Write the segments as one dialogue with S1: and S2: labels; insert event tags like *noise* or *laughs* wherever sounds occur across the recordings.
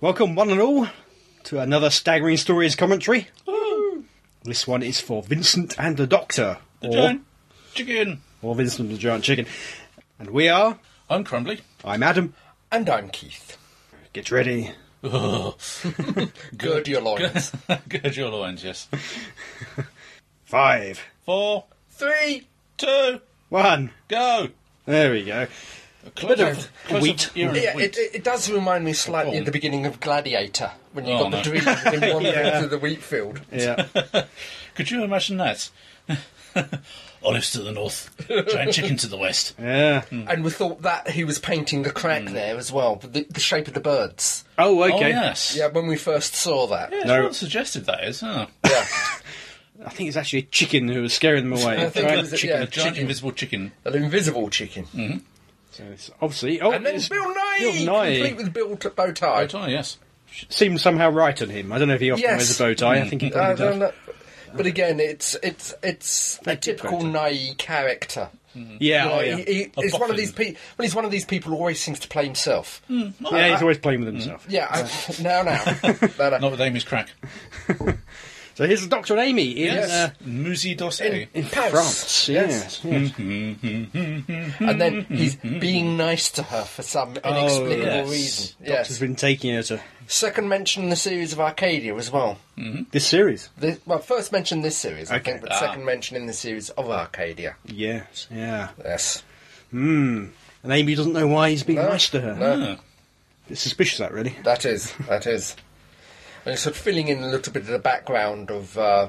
S1: Welcome, one and all, to another Staggering Stories commentary. This one is for Vincent and the Doctor,
S2: The
S1: or,
S2: giant chicken.
S1: or Vincent and the Giant Chicken. And we are,
S2: I'm crumbly.
S1: I'm Adam.
S3: And I'm Keith.
S1: Get ready.
S3: Gird your loins.
S2: *laughs* Gird your loins, yes.
S1: Five,
S2: Four,
S3: Three.
S2: two,
S1: one.
S2: go.
S1: There we go.
S2: A close
S3: of
S2: up- close
S1: wheat.
S2: up ear of
S3: Yeah,
S2: wheat.
S3: it, it, it does remind me slightly
S2: Oh.
S3: at the beginning of Gladiator when you
S2: Oh,
S3: got the
S2: no.
S1: *laughs*
S3: dream of him wandering through the wheat field. *laughs*
S1: Yeah.
S2: Could you imagine that? *laughs* Olives to the north, giant chicken to the west.
S1: yeah. Oh,
S3: And we thought that he was painting the crack
S1: Mm.
S3: there as well, but the, the shape of the birds.
S1: Oh, okay.
S2: Oh, yes.
S3: Yeah, when we first saw that.
S2: Yeah, it's
S1: No.
S2: not suggested that is, huh?
S3: Yeah.
S1: I think it's actually a chicken who was scaring them away.
S3: *laughs* I think
S1: right?
S3: it was a,
S2: Chicken,
S3: yeah,
S2: a giant
S3: chicken.
S2: invisible chicken.
S3: an invisible chicken.
S1: So it's obviously. Oh,
S3: And then
S1: it's-
S3: Bill Nye,
S1: Mm. Bill Nye.
S3: complete with Bill t- bow
S2: Oh,
S3: tie.
S2: yes.
S1: seems somehow right on him. I don't know if he often
S3: Yes. Mm.
S1: wears a bow tie. I think he
S3: I
S1: probably
S3: don't
S1: does.
S3: know. Uh, But again, it's it's it's a
S1: Thank you,
S3: typical
S1: Quentin.
S3: Nye character.
S1: Yeah, oh,
S3: He-
S1: yeah.
S3: Um, he- he-
S2: A
S3: it's one
S2: boffin.
S3: of these people. Well, he's one of these people who always seems to play himself.
S1: Mm. yeah, he's always playing with himself.
S3: Yeah,
S1: *laughs*
S3: I, now, now, uh, no, no.
S2: Not with Amy's crack.
S1: So here's the Doctor and Amy in,
S2: Yes.
S1: uh,
S2: Musi Dossier.
S1: in
S3: Paris.
S1: France. Yes. yes.
S3: Hmm.
S2: *laughs*
S3: and then he's being nice to her for some inexplicable
S2: Oh, yes.
S3: reason.
S1: Doctor's
S3: Yes.
S1: been taking her to
S3: Second mention in the series of Arcadia as well.
S1: this series.
S3: This, well, first mention this series, I
S1: Okay.
S3: think, but
S2: Ah.
S3: second mention in the series of Arcadia.
S1: Yes, yeah.
S3: Yes.
S1: And Amy doesn't know why he's being
S3: No,
S1: nice to her.
S3: no,
S2: Ah,
S1: It's suspicious, that really.
S3: that is that is. And it's sort of filling in a little bit of the background of uh,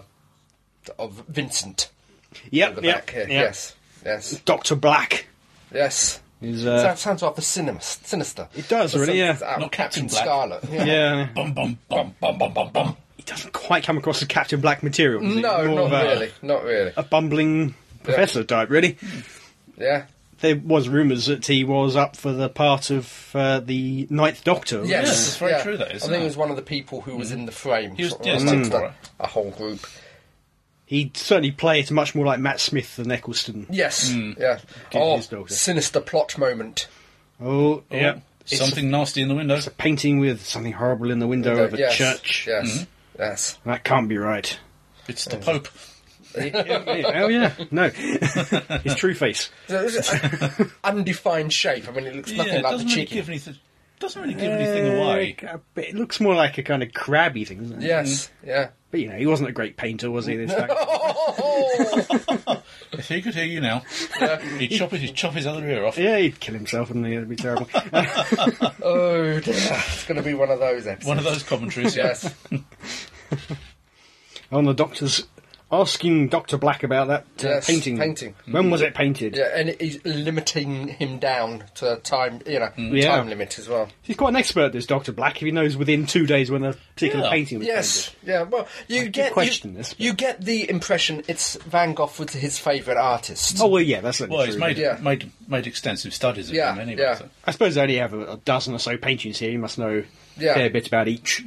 S3: of Vincent at
S1: Yep,
S3: the
S1: yep,
S3: back here.
S1: yep.
S3: Yes, yes,
S1: Doctor Black
S3: yes.
S1: is.
S3: So
S1: Uh,
S3: that sounds rather sinister. sinister.
S1: It does, really, yeah.
S3: Not
S2: Not
S3: Captain,
S2: Captain Black.
S3: Scarlet.
S1: yeah,
S2: Bum, bum, bum, bum, bum, bum, bum.
S1: he doesn't quite come across as Captain Black material. does he?
S3: *laughs* No,
S1: More
S3: not
S1: of a-
S3: really. Not really.
S1: A bumbling professor type, really.
S3: Yeah.
S1: There was rumours that he was up for the part of uh, the Ninth Doctor.
S3: Yes,
S2: Yeah, it's very
S3: yeah.
S2: true, that,
S3: I
S2: isn't
S3: think
S2: it? Mm-hmm.
S3: it was one of the people who was in the frame.
S2: He was-
S3: sort of
S2: yeah,
S3: like
S2: Steve
S3: the-
S2: Cora.
S3: a whole group.
S1: He'd certainly play it much more like Matt Smith than Eccleston.
S3: Yes,
S2: Mm.
S3: yeah.
S1: Did
S3: oh,
S1: his daughter.
S3: sinister plot moment.
S1: Oh,
S2: Oh,
S1: yeah. It's
S2: Something nasty in the window.
S1: a painting with something horrible in the window of a
S3: yes,
S1: church. Mm-hmm.
S3: Yes, yes.
S1: That can't be right.
S2: It's the Pope.
S1: oh yeah, no, *laughs* his true face.
S3: So
S1: *laughs*
S3: it was an undefined shape. I mean, it looks nothing
S2: yeah, it
S3: like the
S2: doesn't really
S3: chicken.
S2: give anything. Doesn't really give anything away.
S1: Uh, but it looks more like a kind of crabby thing,
S2: Mm-hmm.
S1: doesn't it?
S3: Yes, yeah.
S1: But you know, he wasn't a great painter, was he?
S3: *laughs*
S1: This guy?
S3: Oh,
S2: If he could hear you now, he'd, chop his, he'd chop his other ear off.
S1: yeah, he'd kill himself, and it'd be terrible. *laughs*
S3: oh dear. It's going to be one of those episodes.
S2: One of those commentaries. yeah.
S3: Yes.
S1: On the doctor's asking Doctor Black about that uh,
S3: Yes,
S1: painting.
S3: painting.
S1: When was it painted?
S3: Yeah, and he's limiting him down to time, you know,
S2: Mm-hmm.
S1: Yeah.
S3: time limit as well.
S1: He's quite an expert, this Doctor Black. If he knows within two days when a particular
S2: Yeah.
S1: painting was
S3: Yes, yeah. Well, you get
S1: question
S3: you,
S1: this, but-
S3: you get the impression it's Van Gogh was his favourite artist.
S1: painted. Oh well, yeah, that's certainly
S2: Well,
S1: true.
S2: he's made,
S3: Yeah.
S2: made made extensive studies of
S3: Yeah,
S2: them anyway.
S3: yeah.
S2: so-
S1: I suppose they only have a, a dozen or so paintings here. He must know
S3: Yeah.
S1: a fair bit about each.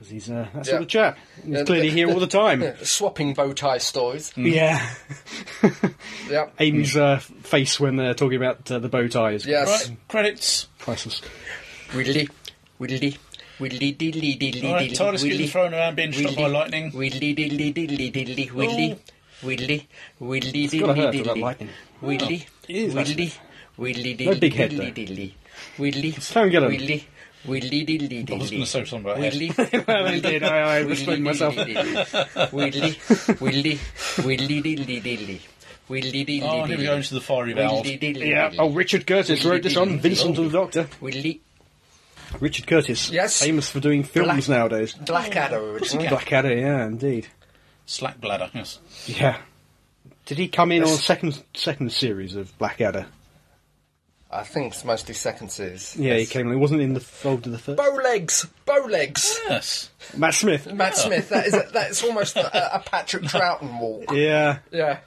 S1: Because he's uh, that sort
S3: Yeah.
S1: of chap. He's
S3: Yeah,
S1: clearly
S3: the-
S1: here all the
S3: *laughs*
S1: time.
S3: Yeah, Swapping bow tie stories.
S1: Yeah.
S3: Yeah.
S1: Amy's uh, face when they're talking about uh, the bow ties.
S3: Yes.
S2: Right, credits.
S1: Priceless.
S3: Widdly, widdly, widdly, diddly, diddly,
S2: All right, TARDIS getting thrown around, being shot by lightning. Oh.
S3: Widdly, diddly, diddly, diddly, widdly, widdly, widdly, diddly,
S1: gotta hurt for that
S3: diddly,
S1: lightning.
S3: Widdly,
S1: It is,
S3: widdly, widdly,
S1: No
S3: diddly,
S1: big head, though.
S3: diddly, diddly, widdly,
S1: Try and get 'em.
S3: widdly, widdly, diddly, diddly.
S2: I was going to say something about head.
S3: Widdly.
S1: *laughs* Well, indeed, I- *laughs* I respect myself.
S3: Widdly, widdly, widdly, diddly, diddly. Widdly, diddly,
S2: Oh, here we go
S3: diddly.
S2: into the fiery valve.
S3: Widdly, diddly,
S1: Yeah.
S3: diddly.
S1: Oh, Richard Curtis wrote this on Vincent and the Doctor.
S3: Widdly,
S1: Richard Curtis.
S3: Yes.
S1: Famous for doing films
S3: Black-
S1: nowadays. Oh.
S3: Blackadder originally.
S1: Blackadder, yeah, indeed.
S2: Slack bladder, yes.
S1: Yeah. Did he come in on second second series of Blackadder?
S3: I think it's mostly second series.
S1: Yeah, he came. He wasn't in the fold of the first.
S3: Bow legs, bow legs.
S2: Yes.
S1: Matt Smith.
S3: Matt Smith. That is a, that is almost a, a
S1: *laughs*
S3: Patrick Troughton walk.
S1: Yeah.
S3: Yeah.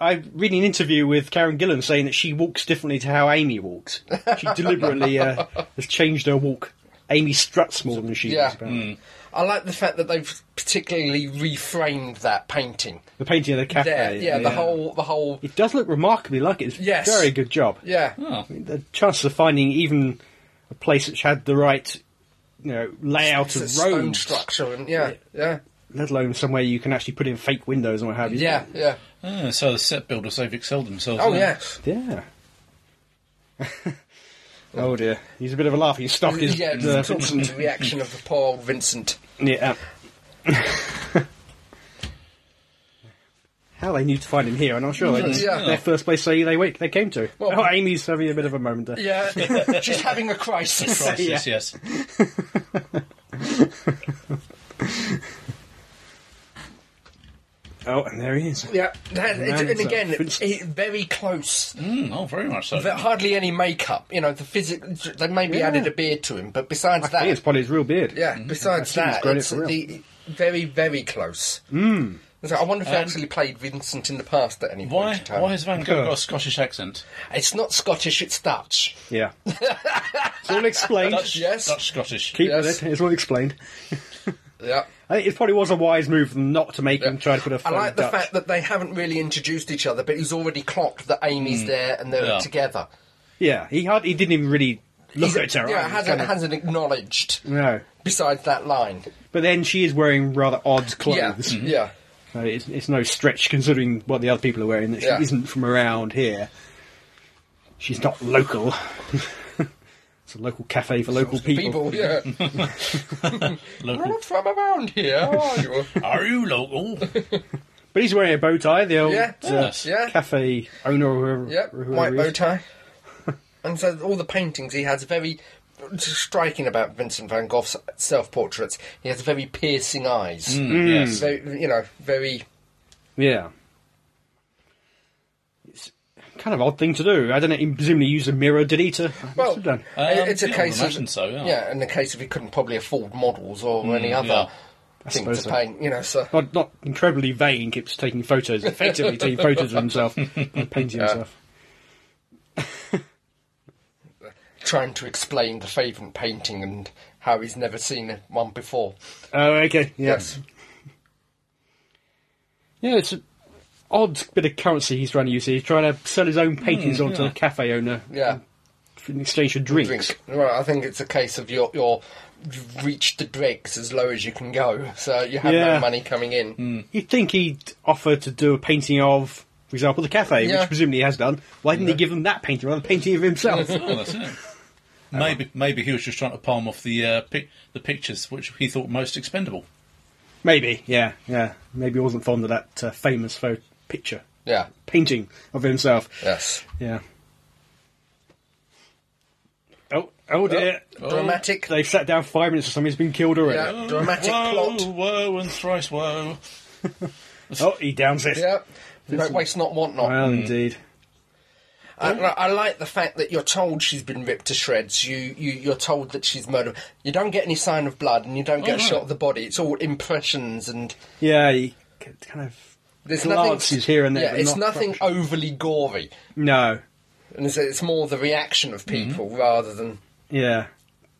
S1: I read an interview with Karen Gillan saying that she walks differently to how Amy walks.
S3: *laughs*
S1: She deliberately uh, has changed her walk. Amy struts more than she
S3: Yeah. Mm.
S1: does. apparently.
S3: I like the fact that they've particularly reframed that painting.
S1: The painting of the cafe.
S3: There, yeah, the whole, the whole,
S1: It does look remarkably like it. It's a
S3: Yes.
S1: very good job.
S3: yeah,
S2: Oh.
S1: The chances of finding even a place which had the right, you know, layout
S3: It's a
S1: of
S3: stone
S1: roads,
S3: structure, and yeah, yeah,
S1: let alone somewhere you can actually put in fake windows and what have you.
S3: yeah, yeah.
S2: Ah, so the set builders, they've excelled themselves.
S3: Oh
S2: haven't
S3: yeah,
S1: Yeah. *laughs* oh dear, he's a bit of a laughing stock. Is
S3: yeah. It's
S1: uh,
S3: constant reaction of the poor old Vincent.
S1: yeah. *laughs* How they knew to find him here, I'm not sure. It was
S3: Yeah.
S1: Their first place they they, went, they came to.
S3: Well-
S1: oh, Amy's having a bit of a moment there.
S3: Yeah, she's having a crisis.
S2: they? Crisis, yes.
S1: Oh, and there he is.
S3: Yeah, that,
S1: The man
S3: and again,
S1: himself.
S3: it- very close.
S2: Mm, oh, very much so.
S3: There- hardly any makeup. You know, the physic. They maybe
S1: Yeah.
S3: added a beard to him, but besides
S1: I
S3: that,
S1: think it's probably his real beard.
S3: yeah, besides
S1: I think he's
S3: that,
S1: grown it
S3: it's
S1: for real.
S3: the very, very close. Mm. So I wonder if they
S2: Um,
S3: actually played Vincent in the past at any point.
S2: Why,
S3: in time.
S2: why has Van Gogh got a Scottish accent?
S3: It's not Scottish, it's Dutch. *laughs*
S1: Yeah. it's all explained.
S2: Dutch,
S3: Yes.
S2: Dutch Scottish.
S1: Keep
S3: Yes.
S1: with it. It's all explained.
S3: Yeah.
S1: I think it probably was a wise move not to make him try to put a
S3: I
S1: phone
S3: like the
S1: Dutch.
S3: fact that they haven't really introduced each other, but he's already clocked that Amy's there and they're
S2: Yeah.
S3: together.
S1: Yeah, he had, he didn't even really look at her.
S3: yeah,
S1: either,
S3: hasn't,
S1: kind of-
S3: hasn't acknowledged.
S1: No.
S3: Besides that line.
S1: But then she is wearing rather odd
S3: Yeah. Mm-hmm.
S1: clothes.
S3: Yeah.
S1: So it's, it's no stretch considering what the other people are wearing that
S3: Yeah.
S1: she isn't from around here. She's not local. *laughs* it's a local cafe for local people.
S3: People, yeah.
S2: Local.
S3: Not from around here, are you?
S2: Are you local?
S1: But he's wearing a bow tie, the old
S3: Yeah.
S1: uh,
S3: Yeah.
S1: cafe owner or whoever,
S3: Yep,
S1: whoever
S3: white
S1: he
S3: bow
S1: is.
S3: tie. and so all the paintings he has very striking about Vincent van Gogh's self-portraits. He has very piercing eyes.
S2: yes.
S3: So you know, very
S1: Yeah. It's a kind of odd thing to do. I don't know, he presumably used a mirror, did he, to...
S3: well.
S1: must have done.
S2: Um,
S3: it's a
S2: yeah, I would
S3: case
S2: imagine
S3: of
S2: so, yeah.
S3: in the case of he couldn't probably afford models or any other
S2: yeah.
S3: thing to
S1: suppose so.
S3: paint. You know, so
S1: Not, not incredibly vain, keeps taking photos, effectively taking photos of himself and
S3: *laughs*
S1: painting himself.
S3: trying to explain the favourite painting and how he's never seen one before.
S1: Oh, okay, yeah.
S3: Yes,
S1: Yeah, it's an odd bit of currency he's trying to use. here. He's trying to sell his own paintings onto the cafe owner
S3: Hmm, yeah.
S1: in exchange for drinks.
S3: Drink. Well, I think it's a case of your your you've reached the dregs as low as you can go, so you have
S1: Yeah. Hmm.
S3: no money coming in.
S1: You'd think he'd offer to do a painting of, for example, the cafe,
S3: Yeah.
S1: which presumably he has done. Why didn't he give him that painting rather than a painting of
S3: *laughs*
S1: himself?
S2: Oh, that's it. Maybe, maybe he was just trying to palm off the uh, pic- the pictures which he thought most expendable.
S1: Maybe, yeah, yeah. Maybe he wasn't fond of that uh, famous photo picture,
S3: Yeah.
S1: painting of himself.
S3: Yes.
S1: Yeah. Oh, oh dear.
S3: Dramatic.
S1: They've sat down five minutes or something, he's been killed already.
S3: Yeah. Dramatic
S2: woe,
S3: plot.
S2: woe, and thrice woe.
S1: Oh, he downs it.
S3: Yeah. Hmm. Don't waste not, want not.
S1: Well, indeed.
S3: I, I like the fact that you're told she's been ripped to shreds. You, you, you're told that she's murdered. You don't get any sign of blood, and you don't get a
S2: no.
S3: shot of the body. It's all impressions, and
S1: Yeah, he k- kind of
S3: there's
S1: glances
S3: nothing.
S1: here and there.
S3: Yeah,
S1: but
S3: it's
S1: not
S3: nothing
S1: much.
S3: overly gory,
S1: No,
S3: and it's, it's more the reaction of
S2: Mm-hmm.
S3: people rather than
S1: yeah.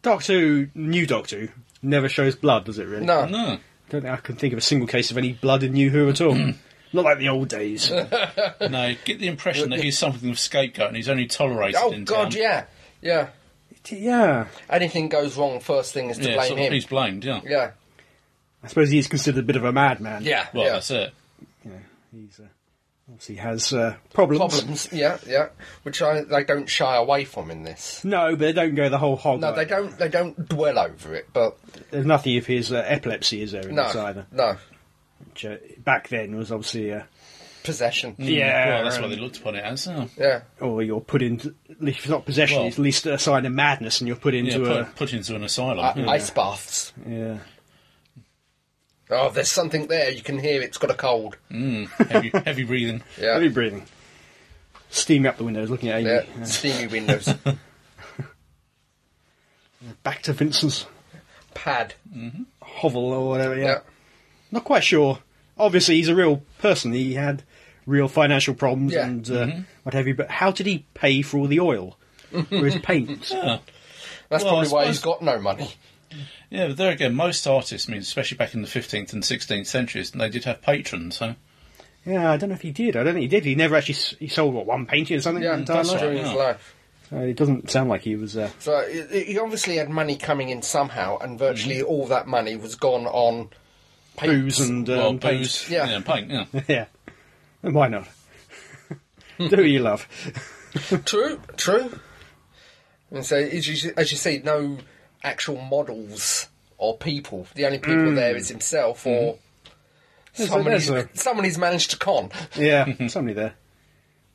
S1: Doctor Who, new Doctor Who, never shows blood, does it really?
S3: no.
S2: No.
S1: don't think I can think of a single case of any blood in New Who at
S3: *clears throat*
S1: all. Not like the old
S3: *laughs*
S1: days.
S2: No, you get the impression that he's something of a scapegoat and he's only tolerated
S3: Oh
S2: in
S3: God,
S2: town.
S3: yeah, yeah.
S1: yeah.
S3: Anything goes wrong, first thing is to
S2: Yeah,
S3: blame
S2: sort of
S3: him.
S2: he's blamed, yeah.
S3: Yeah,
S1: I suppose he is considered a bit of a madman.
S3: yeah,
S2: Well,
S3: yeah.
S2: that's it.
S1: Yeah, he's uh, obviously has uh, problems.
S3: Problems, yeah, yeah. Which I they don't shy away from in this.
S1: No, but they don't go the whole hog.
S3: No, they
S1: like-
S3: don't. They don't dwell over it. But
S1: There's nothing of his uh, epilepsy is there in
S3: no,
S1: this either.
S3: no
S1: Which, uh, back then was obviously uh,
S3: possession.
S2: Mm.
S1: yeah,
S2: Well, that's
S1: and-
S2: what they looked upon it as. Oh.
S3: Yeah,
S1: or you're put into if it's not possession,
S2: Well-
S1: it's at least a sign of madness, and you're put
S2: Yeah,
S1: into a
S2: put, put into an asylum.
S3: I-
S2: yeah.
S3: ice baths.
S1: yeah.
S3: Oh, there's something there. You can hear it's got a cold.
S2: Mm. heavy, heavy breathing.
S3: Yeah,
S1: Heavy breathing, steaming up the windows, looking at Amy. Uh,
S3: yeah.
S1: Yeah.
S3: Steamy windows.
S2: *laughs*
S1: Back to Vincent's
S3: Pad.
S1: hovel or whatever. Yeah.
S3: Yeah.
S1: not quite sure. Obviously, he's a real person. He had real financial problems
S3: Yeah. Mm-hmm.
S1: and uh, what have you. But how did he pay for all the oil for
S3: *laughs*
S1: his paints?
S2: Yeah.
S3: That's
S2: Well, I
S3: probably why he's
S2: suppose-
S3: got no money.
S2: Yeah, but there again, most artists, I mean, especially back in the 15th and 16th centuries, they did have patrons, so.
S1: yeah, I don't know if he did. I don't think he did. He never actually s- he sold what one painting or something.
S3: Yeah,
S1: his entire
S3: that's
S1: life.
S3: during
S2: yeah.
S3: his life.
S1: Uh, it doesn't sound like he was. Uh,
S3: So it- it- he obviously had money coming in somehow, and virtually all that money was gone on paints.
S1: Mm. booze and um,
S2: well,
S1: paint.
S2: booze,
S3: yeah.
S2: yeah, paint, yeah. *laughs*
S1: *laughs* yeah. And why not? *laughs* Do what you love.
S3: True, true. And so, as you, as you see, no actual models or people. The only people there is himself or
S1: Mm. Mm-hmm. There's a-
S3: someone,
S1: there's
S3: he's- someone he's managed
S1: *laughs*
S3: to con. *laughs* Mm-hmm.
S1: Yeah, somebody there.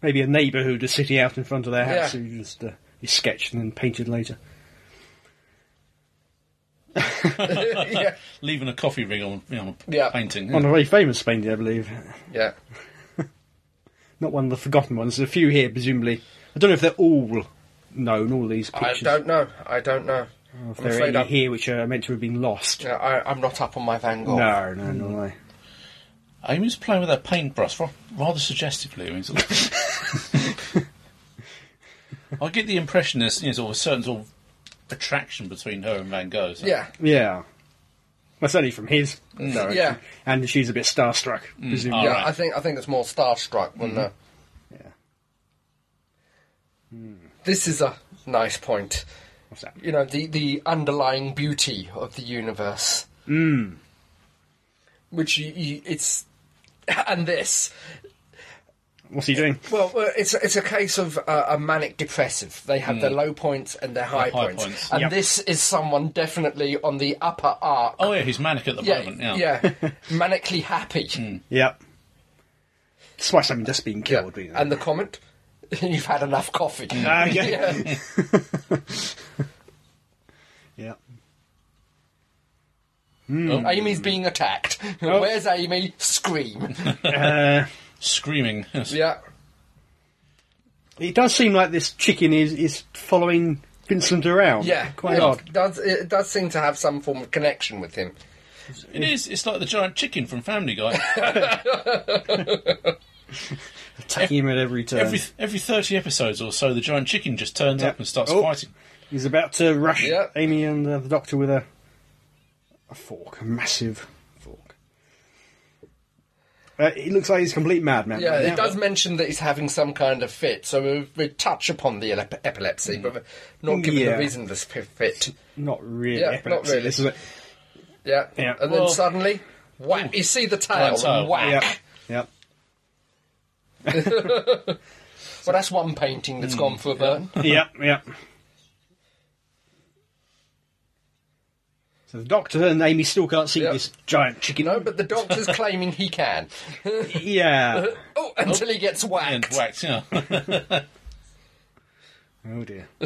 S1: Maybe a neighbour who just sitting out in front of their house
S3: Yeah.
S1: who just uh, is sketched and then painted later.
S3: yeah,
S2: Leaving a coffee ring on, you know, on a
S3: Yeah.
S2: painting.
S1: One
S2: yeah.
S1: of the very famous painting, I believe.
S3: yeah.
S1: Not one of the forgotten ones. There's a few here, presumably. I don't know if they're all known, all these
S3: I
S1: pictures.
S3: don't know. I don't know.
S1: or if
S3: I'm
S1: there are
S3: afraid
S1: any
S3: I'm,
S1: here which are meant to have been lost.
S3: yeah, I, I'm not up on my Van Gogh.
S1: No, no, no, no.
S2: Amy's playing with her paintbrush ra- rather suggestively. I, mean, sort of- I get the impression there's you know, sort of a certain sort of attraction between her and Van Gogh. so-
S3: Yeah,
S1: Yeah. Well, certainly from his direction.
S3: Mm. yeah. Mm.
S1: And she's a bit starstruck, presumably.
S3: yeah.
S2: All right. Mm-hmm.
S3: I think I think it's more starstruck than uh,
S1: Yeah.
S3: Hmm. this is a nice point.
S1: What's that?
S3: you know the the underlying beauty of the universe mm. which you, you, it's *laughs* and this
S1: What's he doing?
S3: well uh, it's it's a case of uh, a manic depressive they have their low points and their high,
S2: Mm. high
S3: points.
S2: points.
S3: and
S1: Yep.
S3: this is someone definitely on the upper arc
S2: Oh yeah, he's manic at the
S3: yeah,
S2: moment. Yeah. *laughs* Mm.
S3: manically happy
S1: Yep. Despite something just being killed, really.
S3: and the comment *laughs* you've had enough coffee
S2: Mm.
S1: Ah, yeah.
S3: *laughs* yeah
S1: yeah.
S3: amy's being attacked where's amy scream
S1: Uh,
S2: Screaming. yes.
S3: yeah
S1: It does seem like this chicken is, is following Vincent around.
S3: Yeah,
S1: Quite
S3: it *laughs*
S1: odd.
S3: Does it does seem to have some form of connection with him?
S2: It is. It's like the giant chicken from Family Guy.
S1: Attacking him at every turn.
S2: every every thirty episodes or so, the giant chicken just turns
S1: Yeah.
S2: up and starts
S1: Oh.
S2: fighting.
S1: He's about to rush
S3: Yeah.
S1: Amy and uh, the doctor with a, a fork, a massive fork. Uh, he looks like he's a complete madman.
S3: Yeah,
S1: Yeah.
S3: it does mention that he's having some kind of fit, so we, we touch upon the elep- epilepsy, but we're not giving
S1: Yeah.
S3: the reason for this p- fit.
S1: Not really.
S3: Yeah, not
S1: epilepsy.
S3: really.
S1: This is a,
S3: Yeah,
S1: Yeah.
S3: and
S2: Well-
S3: then suddenly, whack! You see the tail,
S2: Right, so-
S3: and whack.
S1: yeah, yeah. *laughs*
S3: Well, that's one painting that's gone for a burn.
S1: yep, yep. So the doctor and Amy still can't see
S3: Yeah.
S1: this giant chicken.
S3: No, but the doctor's claiming he can. *laughs*
S1: Yeah.
S3: Oh, until he gets
S2: And
S3: whacked.
S2: whacked, yeah.
S1: oh dear. *laughs*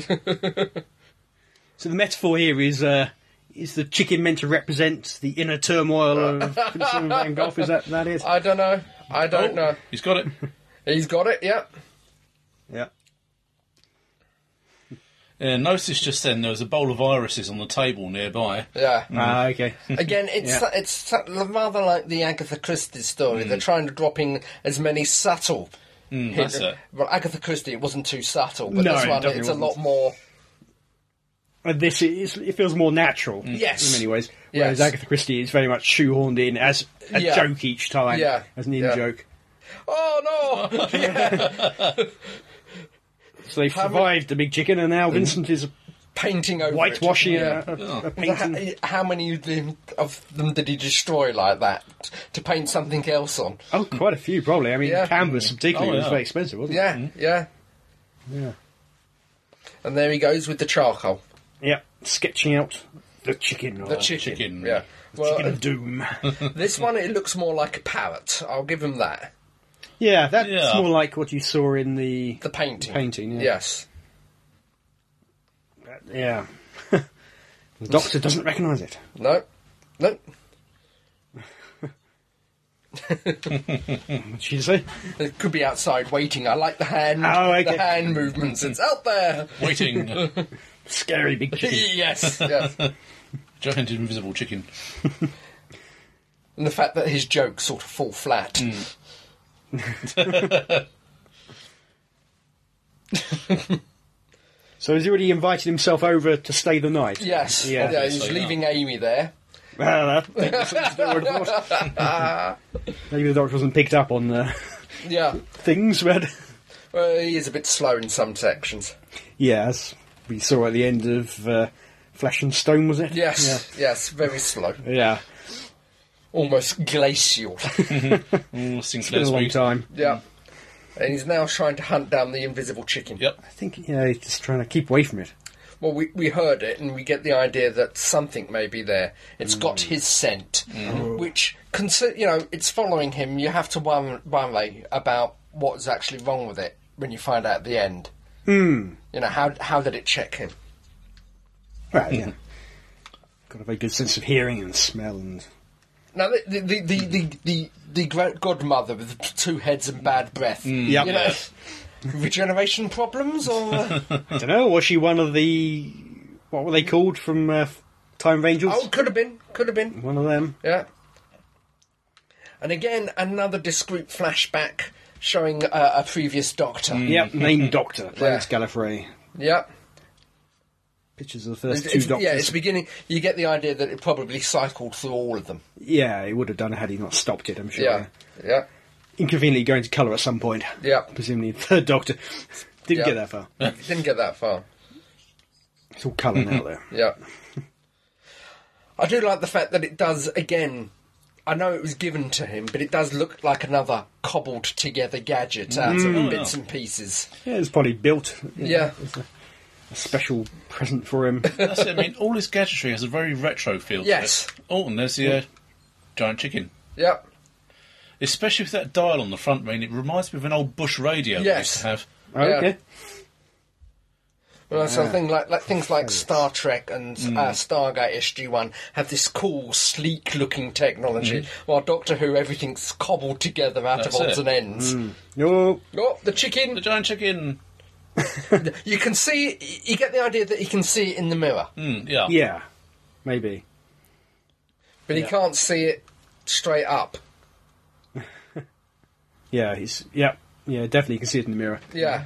S1: so the metaphor here is uh, is the chicken meant to represent the inner turmoil
S3: *laughs*
S1: of Vincent Van Gogh? Is that that is?
S3: I don't know. I don't know.
S2: *laughs* He's got it.
S3: He's got it. Yeah.
S1: Yeah.
S2: Yeah, notice Uh, just then there was a bowl of irises on the table nearby.
S3: Yeah.
S1: Ah,
S3: *laughs*
S1: okay.
S3: Again, it's
S1: Yeah.
S3: it's su- rather like the Agatha Christie story.
S1: Mm.
S3: They're trying to drop in as many subtle.
S2: Mm, that's it.
S3: Well, Agatha Christie, it wasn't too subtle, but
S1: No,
S3: this
S1: it
S3: one,
S1: definitely
S3: it's a lot
S1: wasn't.
S3: more.
S1: And this is it feels more natural.
S3: Mm. Yes.
S1: In many ways.
S3: Yes.
S1: Whereas Agatha Christie is very much shoehorned in as a
S3: Yeah.
S1: joke each time.
S3: Yeah.
S1: As an in
S3: Yeah.
S1: joke.
S3: Oh
S1: *laughs*
S3: no!
S1: So they've survived the big chicken, and now Vincent is
S3: *laughs* Painting over
S1: whitewashing
S3: it.
S1: a, a, a
S2: Oh.
S3: Mm. Yeah. How,
S1: painting.
S3: how many of them, of them did he destroy like that t- to paint something else on?
S1: Oh, quite a few, probably. I mean,
S3: Yeah.
S1: canvas particularly
S2: Oh,
S1: was
S2: yeah.
S1: very expensive, wasn't Mm.
S3: Yeah, yeah.
S1: it? Mm-hmm. Yeah.
S3: And there he goes with the charcoal,
S1: Yeah. Sketching out the Oh, chicken. or
S3: the chicken.
S2: chicken.
S3: Yeah. Well, uh,
S1: chicken of doom.
S3: *laughs* this one it looks more like a parrot. I'll give him that.
S1: yeah, that's
S2: Yeah.
S1: more like what you saw in the.
S3: The painting.
S1: Painting, yeah.
S3: Yes.
S1: yeah. *laughs* the doctor doesn't recognise it.
S3: No. No.
S1: What did you say?
S3: It could be outside waiting. I like the hand,
S1: Oh, okay.
S3: the hand movements. It's out there.
S2: Waiting. uh,
S1: Scary big chicken.
S3: *laughs*
S1: *laughs*
S3: yes, yes.
S2: giant invisible chicken.
S3: And the fact that his jokes sort of fall flat.
S1: Mm. So he's already invited himself over to stay the night.
S3: Yes,
S1: Yeah.
S3: yeah. he's
S2: Obviously
S3: leaving Amy there. *laughs*
S1: Well, I think there's something to be worried about. Maybe the doctor wasn't picked up on uh,
S3: Yeah,
S1: *laughs* things, but *laughs*
S3: well, he is a bit slow in some sections.
S1: Yeah, as we saw at the end of uh, Flesh and Stone, was it?
S3: Yes, yes, very slow,
S1: Yeah. Yeah.
S3: almost glacial. *laughs*
S2: Mm,
S1: It's been
S2: Sinclair's
S1: a long
S2: food.
S1: time.
S3: yeah, and he's now trying to hunt down the invisible chicken.
S2: Yep.
S1: I think yeah, he's just trying to keep away from it.
S3: Well, we, we heard it and we get the idea that something may be there. It's got his scent, which, consi- you know, it's following him. You have to worry worry about what's actually wrong with it when you find out at the end. You know, how, how did it check him?
S1: Right,
S3: *laughs*
S1: yeah. Got a very good sense of hearing and smell and
S3: Now, the, the, the, the, the, the, the great godmother with the two heads and bad breath.
S1: Yep.
S3: You know, regeneration problems or. uh,
S1: I don't know. Was she one of the what were they called from uh, Time Rangers?
S3: oh, could have been. Could have been.
S1: One of them.
S3: Yeah. And again, another discreet flashback showing uh, a previous doctor. *laughs*
S1: Yep, named Doctor Clarence Gallifrey.
S3: Yeah.
S1: Pictures of the first
S3: It's-
S1: two
S3: it's-
S1: Doctors.
S3: yeah, it's beginning. You get the idea that it probably cycled through all of them.
S1: Yeah, he would have done had he not stopped it. I'm sure.
S3: Yeah, yeah,
S1: Inconveniently going to colour at some point.
S3: Yeah.
S1: Presumably the third Doctor *laughs* didn't
S3: Yeah.
S1: get that far. *laughs*
S3: Didn't get that far.
S1: It's all colour now
S3: *laughs*
S1: though.
S3: Yeah, I do like the fact that it does again. I know it was given to him, but it does look like another cobbled together gadget out of
S1: Mm.
S3: bits and pieces.
S1: Yeah, it was probably built
S3: Yeah,
S1: a special present for
S3: *laughs*
S1: him.
S2: That's it. I mean, all his gadgetry has a very retro feel.
S3: Yes.
S2: To it. Oh, and there's the uh, giant chicken.
S3: yeah,
S2: Especially with that dial on the front. I mean, it reminds me of an old bush radio we used
S3: Yes.
S2: to have.
S1: Oh,
S3: Yeah.
S1: Okay.
S3: Well, so thing like, like things like Star Trek and uh, Stargate SG One have this cool, sleek-looking technology, while Doctor Who everything's cobbled together out
S2: That's
S3: of odds
S2: it.
S3: and ends.
S1: Oh,
S3: Oh, Mm. the chicken!
S2: The giant chicken.
S3: You can see, you get the idea that he can see it in the mirror,
S2: Mm, yeah.
S1: yeah, maybe.
S3: but he can't see it straight up.
S1: Yeah, he's yeah, yeah. Definitely, you can see it in the
S3: *laughs*
S1: mirror.
S3: Yeah.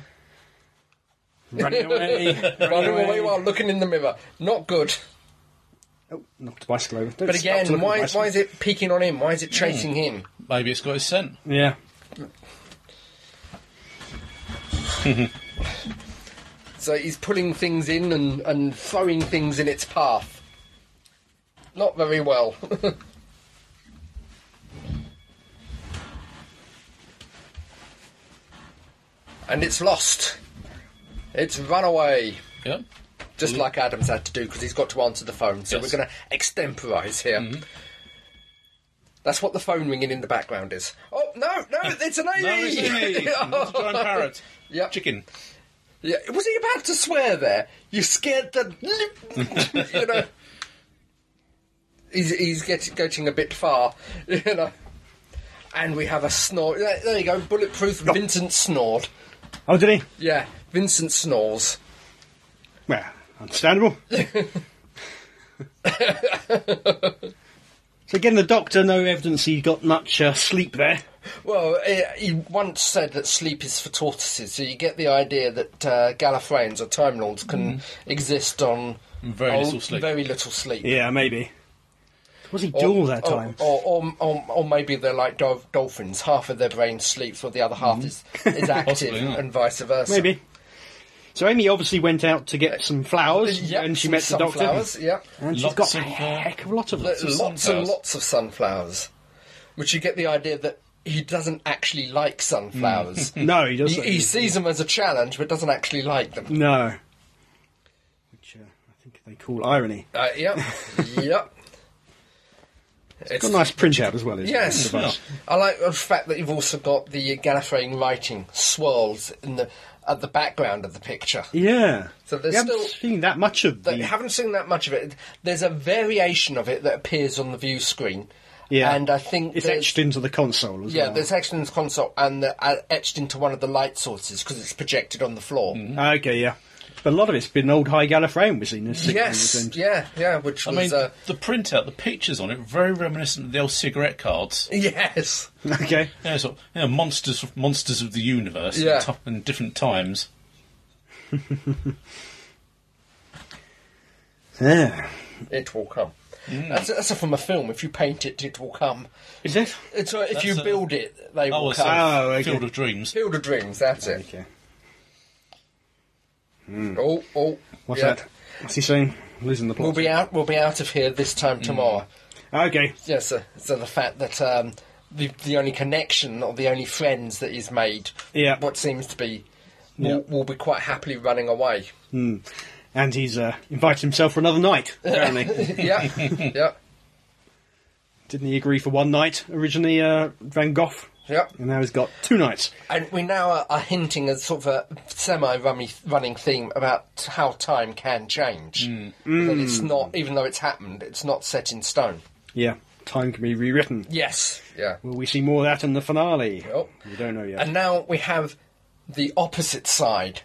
S1: Running away,
S3: Running away while looking in the mirror. Not good.
S1: Oh, knocked the bicycle over. Don't
S3: But
S1: stop to
S3: again,
S1: look at the
S3: why,
S1: bicycle.
S3: why is it peeking on him? Why is it chasing him?
S2: Maybe it's got his scent.
S1: Yeah.
S3: So he's pulling things in and, and throwing things in its path. Not very well. *laughs* and it's lost. It's run away.
S2: Yep.
S3: just like Adam's had to do because he's got to answer the phone. So
S2: Mm-hmm. Yes. Mm-hmm.
S3: we're going to extemporise here. That's what the phone ringing in the background is. Oh no, no, it's
S2: *laughs*
S3: an
S2: No,
S3: Amy. *laughs*
S2: it's Amy. Not a *laughs* giant parrot.
S3: Yep.
S2: Chicken.
S3: Yeah, was he about to swear there? You scared the, *laughs* you know. He's he's getting getting a bit far, *laughs* you know. And we have a snort. There there you go, bulletproof Vincent snored.
S1: Oh, did he?
S3: Yeah, Vincent snores.
S1: Well,
S3: *laughs*
S1: understandable. so again, the doctor, no evidence he got much uh, sleep there.
S3: Well, eh, he once said that sleep is for tortoises, so you get the idea that uh, Gallifreyans or Time Lords can exist on
S2: Mm-hmm. Very
S3: on
S2: little sleep.
S3: Very little sleep.
S1: Yeah, maybe. Was he
S3: Or-
S1: dual that
S3: or-
S1: time?
S3: Or, or, or, or maybe they're like dol- dolphins. Half of their brain sleeps, while the other half is,
S1: *laughs*
S3: is active,
S2: Possibly, yeah.
S3: and vice versa.
S1: Mm-hmm. maybe. So Amy obviously went out to get some flowers,
S3: Yep,
S1: and she
S3: some
S1: met the doctor.
S3: sunflowers, Yep.
S1: And she's
S2: Lots
S1: got
S2: of,
S1: a
S2: uh,
S1: heck of a lot of them.
S3: Lots,
S2: of
S3: and
S2: sunflowers.
S3: lots of sunflowers, which you get the idea that he doesn't actually like
S1: *laughs*
S3: sunflowers.
S1: No, he
S3: he,
S1: doesn't.
S3: he sees them as a challenge, but doesn't actually like them.
S1: no. Which uh, I think they call irony.
S3: Uh,
S1: *laughs*
S3: yep, yep. It's,
S1: Got a nice printout as well. isn't it?
S3: Yes,
S1: Yeah.
S3: I like the fact that you've also got the Gallifreyan writing swirls in the at the background of the picture.
S1: Yeah.
S3: So
S1: we
S3: there's
S1: haven't
S3: still
S1: seen that much of
S3: that you
S1: the-
S3: haven't seen that much of it. There's a variation of it that appears on the view screen.
S1: Yeah.
S3: and I think
S1: It's
S3: there's-
S1: etched into the console as
S3: Yeah,
S1: well.
S3: there's etched in the console and the, uh, etched into one of the light sources because it's projected on the floor.
S1: Mm. Okay, yeah. But a lot of it's been old high Gallifreyan we've seen. This
S3: Yes, yeah, yeah, which
S2: I
S3: was
S2: mean,
S3: uh, *laughs*
S2: the printout, the pictures on it, very reminiscent of the old cigarette cards.
S3: yes,
S1: *laughs* Okay.
S2: Yeah, sort of, you know, monsters, monsters of the universe.
S3: Yeah.
S2: In, to- in different times.
S1: Yeah.
S3: it will come.
S1: Mm.
S3: That's, that's from a film. If you paint it, it will come.
S1: Is it?
S3: It's uh, if you
S2: a-
S3: build it, they
S2: Oh,
S3: will
S2: it's a
S3: come.
S1: Oh, okay.
S2: Field of Dreams.
S3: Field of Dreams, that's it.
S1: Okay.
S3: Oh, oh.
S1: What's
S3: yeah.
S1: that? What's he saying? Losing the plot.
S3: We'll be out. We'll be out of here this time
S1: Mm.
S3: tomorrow.
S1: Okay.
S3: Yes. so, so the fact that um, the the only connection or the only friends that he's made,
S1: Yeah.
S3: what seems to be, will,
S1: Yeah.
S3: will be quite happily
S1: *laughs*
S3: running away.
S1: And he's uh, invited himself for another
S3: *laughs*
S1: night, apparently.
S3: yeah, yeah,
S1: Didn't he agree for one night originally, uh, Van Gogh?
S3: yeah.
S1: And now he's got two nights.
S3: And we now are, are hinting at sort of a semi-running running theme about how time can change.
S1: Hmm.
S3: That it's not, even though it's happened, it's not set in stone.
S1: Yeah. Time can be rewritten.
S3: Yes. Yeah.
S1: Will we see more of that in the finale?
S3: Oh.
S1: We don't know yet.
S3: And now we have the opposite side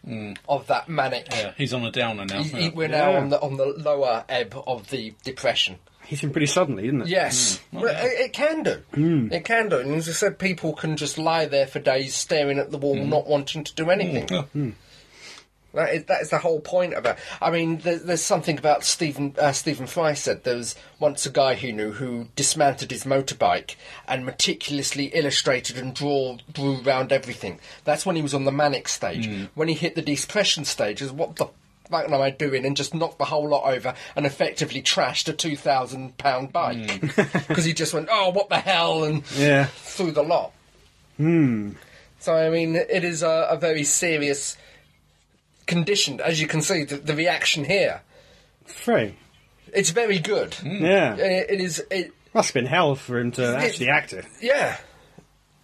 S3: of that manic.
S2: Yeah, he's on a downer now.
S3: He- he-
S2: Yeah.
S3: We're now
S1: Hmm. Yeah.
S3: on the on the lower ebb of the depression.
S1: He's in pretty suddenly, isn't it?
S3: Yes, Well,
S2: yeah.
S3: it, it can do. It can do. And as I said, people can just lie there for days staring at the wall, not wanting to do anything. That is, that is the whole point about. I mean, there, there's something about Stephen uh, Stephen Fry said there was once a guy he knew who dismounted his motorbike and meticulously illustrated and draw drew round everything. That's when he was on the manic stage. When he hit the depression stage, is what the fuck am I doing? And just knocked the whole lot over and effectively trashed a two thousand pound bike *laughs* because he just went, oh, what the hell, and
S1: Yeah.
S3: through the lot. So I mean, it is a, a very serious condition, as you can see. The, the reaction here,
S1: Free.
S3: it's very good.
S1: Yeah.
S3: It- it is, it,
S1: Must have been hell for him to actually act it.
S3: yeah.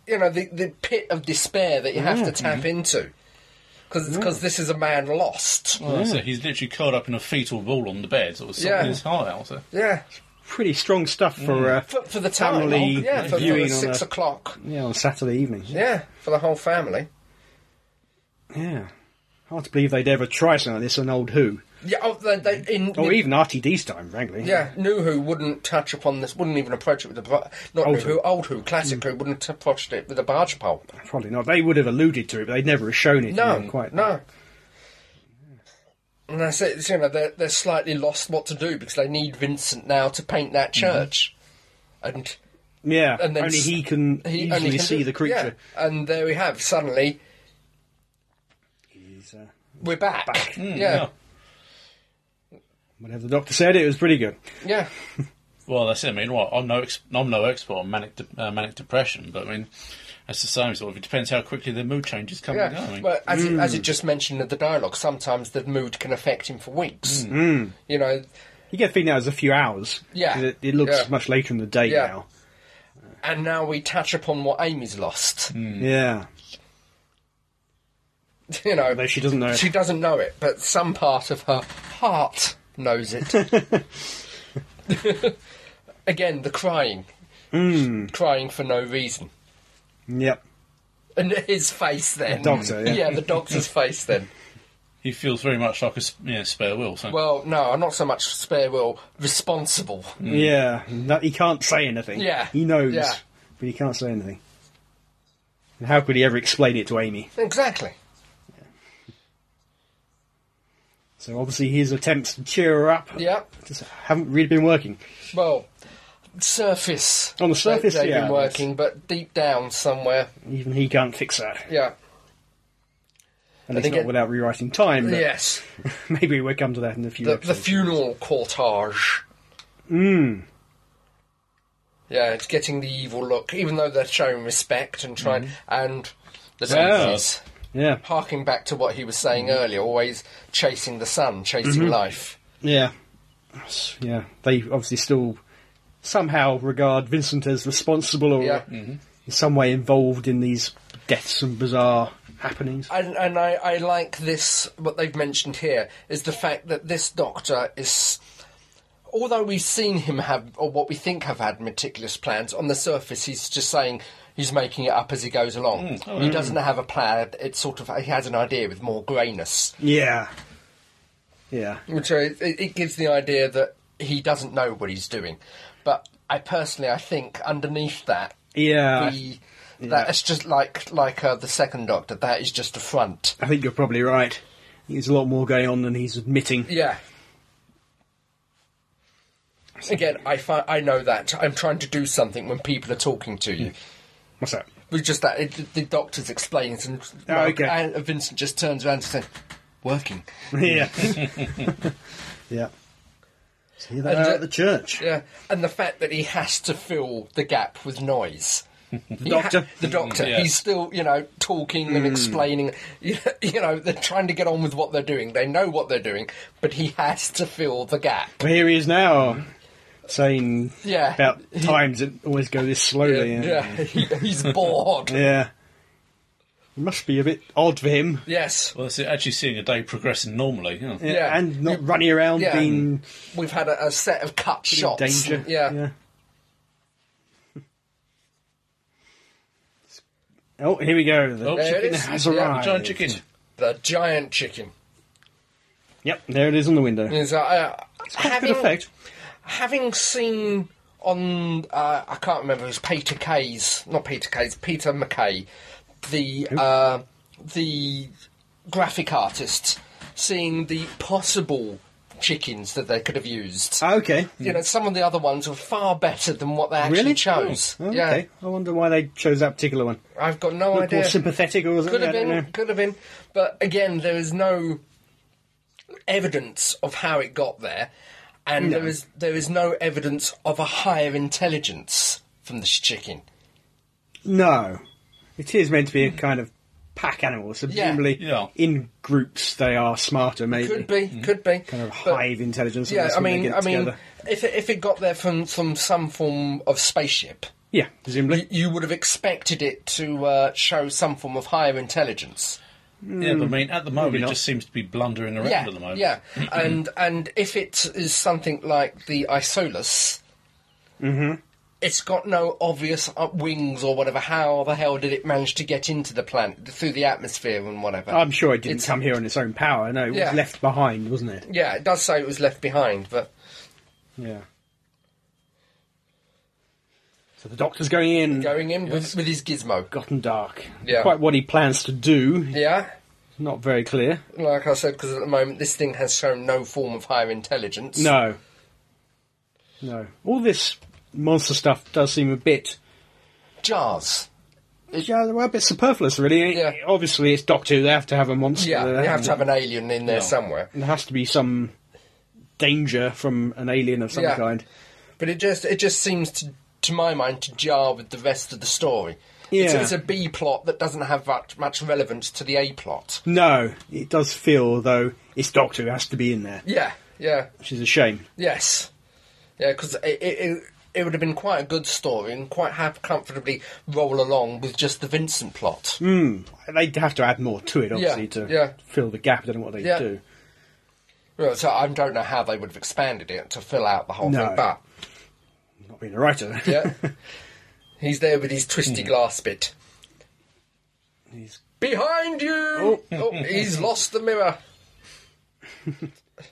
S3: You know, the the pit of despair that you have to
S1: Yeah. mm-hmm.
S3: tap into, because this is a man lost.
S2: Well, So he's literally curled up in a fetal ball on the bed, sort of
S3: Yeah.
S2: yeah. his heart out. So.
S3: Yeah.
S1: Pretty strong stuff for, uh,
S3: For, for the time,
S1: Family
S3: yeah, for, for
S1: viewing
S3: the
S1: on
S3: six
S1: a-
S3: o'clock,
S1: yeah, on Saturday evening.
S3: yeah, for the whole family.
S1: Yeah. Hard to believe they'd ever try something like this on Old Who.
S3: Yeah, oh, they, they, in,
S1: Or even RTD's time, frankly.
S3: Yeah, new Who wouldn't touch upon this, wouldn't even approach it with a bar- not
S1: Old
S3: new
S1: Who. Mm.
S3: Who, old Who, classic Who wouldn't approach it with a barge pole.
S1: Probably not. They would have alluded to it, but they'd never have shown it.
S3: No,
S1: you know, quite.
S3: no. And that's it. it's, You know, they're they're slightly lost what to do because they need Vincent now to paint that church, and
S1: Yeah.
S3: And
S1: Mm-hmm.
S3: then
S1: only
S3: s-
S1: he can
S3: he
S1: easily
S3: only can
S1: see
S3: do-
S1: the creature.
S3: Yeah, and there we have. Suddenly,
S1: He's, uh,
S3: we're back.
S2: hmm,
S3: yeah,
S1: whatever the doctor said, it was pretty good.
S3: yeah,
S2: Well, that's it. I mean, well, I'm no ex- I'm no expert on manic de- uh, manic depression, but I mean, that's the same sort of. It depends how quickly the mood changes come
S3: yeah.
S2: and go. I mean.
S3: Well, as it,
S1: Hmm.
S3: as it just mentioned in the dialogue, sometimes the mood can affect him for weeks.
S1: Hmm.
S3: Mm. You know,
S1: You get the feeling that was a few hours.
S3: Yeah.
S1: 'cause It, it looks
S3: Yeah.
S1: much later in the day
S3: Yeah.
S1: now.
S3: and now we touch upon what Amy's lost.
S1: Hmm. Yeah.
S3: *laughs* You know,
S1: Though she doesn't know.
S3: She doesn't know it, but some part of her heart
S1: *laughs*
S3: knows it. Again, the crying.
S1: Hmm.
S3: Crying for no reason.
S1: Yep.
S3: And his face then.
S1: doctor, yeah.
S3: the
S1: *laughs*
S3: doctor's face then.
S2: he feels very much like a s- yeah, spare will. So.
S3: Well, no, I'm not so much spare will, responsible.
S1: Yeah. That, he can't say anything.
S3: Yeah.
S1: He knows,
S3: Yeah.
S1: but he can't say anything. And how could he ever explain it to Amy?
S3: Exactly.
S1: So obviously his attempts to cheer her up
S3: Yeah.
S1: just haven't really been working.
S3: Well, surface.
S1: On the
S3: They-
S1: surface,
S3: they've
S1: yeah,
S3: been working, but deep down somewhere,
S1: Even he can't fix that.
S3: yeah.
S1: And it's
S3: think
S1: not
S3: it-
S1: without rewriting time. But
S3: Yes.
S1: *laughs* Maybe we'll come to that in a few
S3: the, the
S1: episodes.
S3: funeral cortege. Mm. Yeah, it's getting the evil look, even though they're showing respect and trying. And the
S1: Yeah.
S3: zombies,
S1: yeah.
S3: harking back to what he was saying earlier, always chasing the sun, chasing life.
S1: Yeah. S- Yeah. They obviously still somehow regard Vincent as responsible or
S3: Yeah. Mm-hmm.
S1: in some way involved in these deaths and bizarre happenings.
S3: And, and I, I like this, what they've mentioned here, is the fact that this doctor is. Although we've seen him have, or what we think have had meticulous plans, on the surface he's just saying he's making it up as he goes along. He doesn't have a plan, it's sort of, he has an idea with more greyness.
S1: Yeah. Yeah.
S3: Which uh, it, it gives the idea that he doesn't know what he's doing. But I personally, I think underneath that,
S1: Yeah.
S3: the, that it's just like like uh, the second doctor, that is just a front.
S1: I think you're probably right. There's a lot more going on than he's admitting.
S3: Yeah. Again, I fi- I know that I'm trying to do something when people are talking to you.
S1: What's that? *laughs*
S3: It's just that it, the doctor's explains and
S1: Oh, okay.
S3: and Vincent just turns around and says, working.
S1: yeah. *laughs* yeah. See that
S3: And, uh,
S1: at the church.
S3: Yeah, and the fact that he has to fill the gap with noise. *laughs* The
S1: doctor.
S3: the doctor. Hmm.
S2: Yeah.
S3: He's still, you know, talking and explaining. *laughs* You you know, they're trying to get on with what they're doing. They know what they're doing, but he has to fill the gap.
S1: Well, here he is now, saying
S3: Yeah.
S1: about times it always go this slowly.
S3: yeah, *laughs*
S1: Yeah.
S3: he, he's *laughs* bored.
S1: Yeah. It must be a bit odd for him.
S3: Yes,
S2: Well, that's it, actually seeing a day progressing normally. Yeah.
S1: Yeah.
S3: Yeah.
S1: And not running around
S3: Yeah.
S1: being
S3: we've had a, a set of cut
S1: in
S3: shots.
S1: danger.
S3: Yeah.
S1: *laughs* Oh, here we go. The
S2: Oh,
S1: chicken
S3: there it is.
S1: has
S3: Yeah, the
S1: arrived.
S2: Giant chicken.
S3: the giant chicken.
S1: Yep, there it is on the window.
S3: Is uh, uh,
S1: Quite
S3: having
S1: Good effect.
S3: having seen on uh, I can't remember it was Peter Kay's not Peter Kay's Peter McKay the uh, the graphic artist seeing the possible chickens that they could have used.
S1: Ah, okay.
S3: you know, some of the other ones were far better than what they actually
S1: Really?
S3: chose.
S1: Oh,
S3: Yeah,
S1: Okay. I wonder why they chose that particular one.
S3: I've got no
S1: More
S3: idea.
S1: sympathetic or something.
S3: Could have
S1: I don't know.
S3: been, could have been, but again, there is no evidence of how it got there, and there is there is no evidence of a higher intelligence from this chicken.
S1: No. It is meant to be a kind of pack animal, so
S3: Yeah.
S1: presumably
S2: Yeah.
S1: in groups they are smarter, maybe.
S3: Could be, could be.
S1: Mm-hmm. Kind of
S3: But,
S1: hive intelligence. and
S3: Yeah,
S1: that's
S3: I
S1: when they
S3: mean,
S1: get
S3: I mean,
S1: together.
S3: if it, if it got there from from some form of spaceship,
S1: Yeah, presumably.
S3: you would have expected it to uh, show some form of higher intelligence.
S2: Yeah, but I mean, at the moment, it
S1: Mm. not.
S2: just seems to be blundering around
S3: yeah,
S2: at the moment.
S3: Yeah, and and if it is something like the Isolus, it's got no obvious uh, wings or whatever. How the hell did it manage to get into the planet through the atmosphere and whatever?
S1: I'm sure it didn't
S3: It's-
S1: come here on its own power. No, it
S3: Yeah.
S1: was left behind, wasn't it?
S3: yeah, it does say it was left behind, but
S1: Yeah. So the doctor's going in.
S3: going in with, with his gizmo.
S1: Gotten dark.
S3: Yeah.
S1: Quite what he plans to do,
S3: Yeah,
S1: not very clear.
S3: like I said, because at the moment this thing has shown no form of higher intelligence.
S1: No. No. All this monster stuff does seem a bit
S3: jars.
S1: yeah, well, a bit superfluous, really.
S3: Yeah.
S1: Obviously, it's Doctor. Who, They have to have a monster.
S3: Yeah,
S1: They
S3: you have to have an alien in there somewhere.
S1: There has to be some danger from an alien of some
S3: Yeah.
S1: kind.
S3: But it just it just seems to to my mind to jar with the rest of the story. It's,
S1: Yeah.
S3: it's a B plot that doesn't have much, much relevance to the A plot.
S1: No, it does feel though it's Doctor who has to be in there,
S3: Yeah, yeah,
S1: which is a shame.
S3: yes, yeah, because it. it, it it would have been quite a good story and quite have comfortably roll along with just the Vincent plot.
S1: Mm. They'd have to add more to it, obviously, to
S3: yeah.
S1: fill the gap. I don't know what they
S3: Yeah.
S1: do.
S3: Well, So I don't know how they would have expanded it to fill out the whole
S1: No.
S3: thing, but
S1: Not being a writer,
S3: yeah, he's there with his twisty
S1: Hmm.
S3: glass bit.
S1: *laughs* He's-
S3: behind you. oh, he's lost the mirror.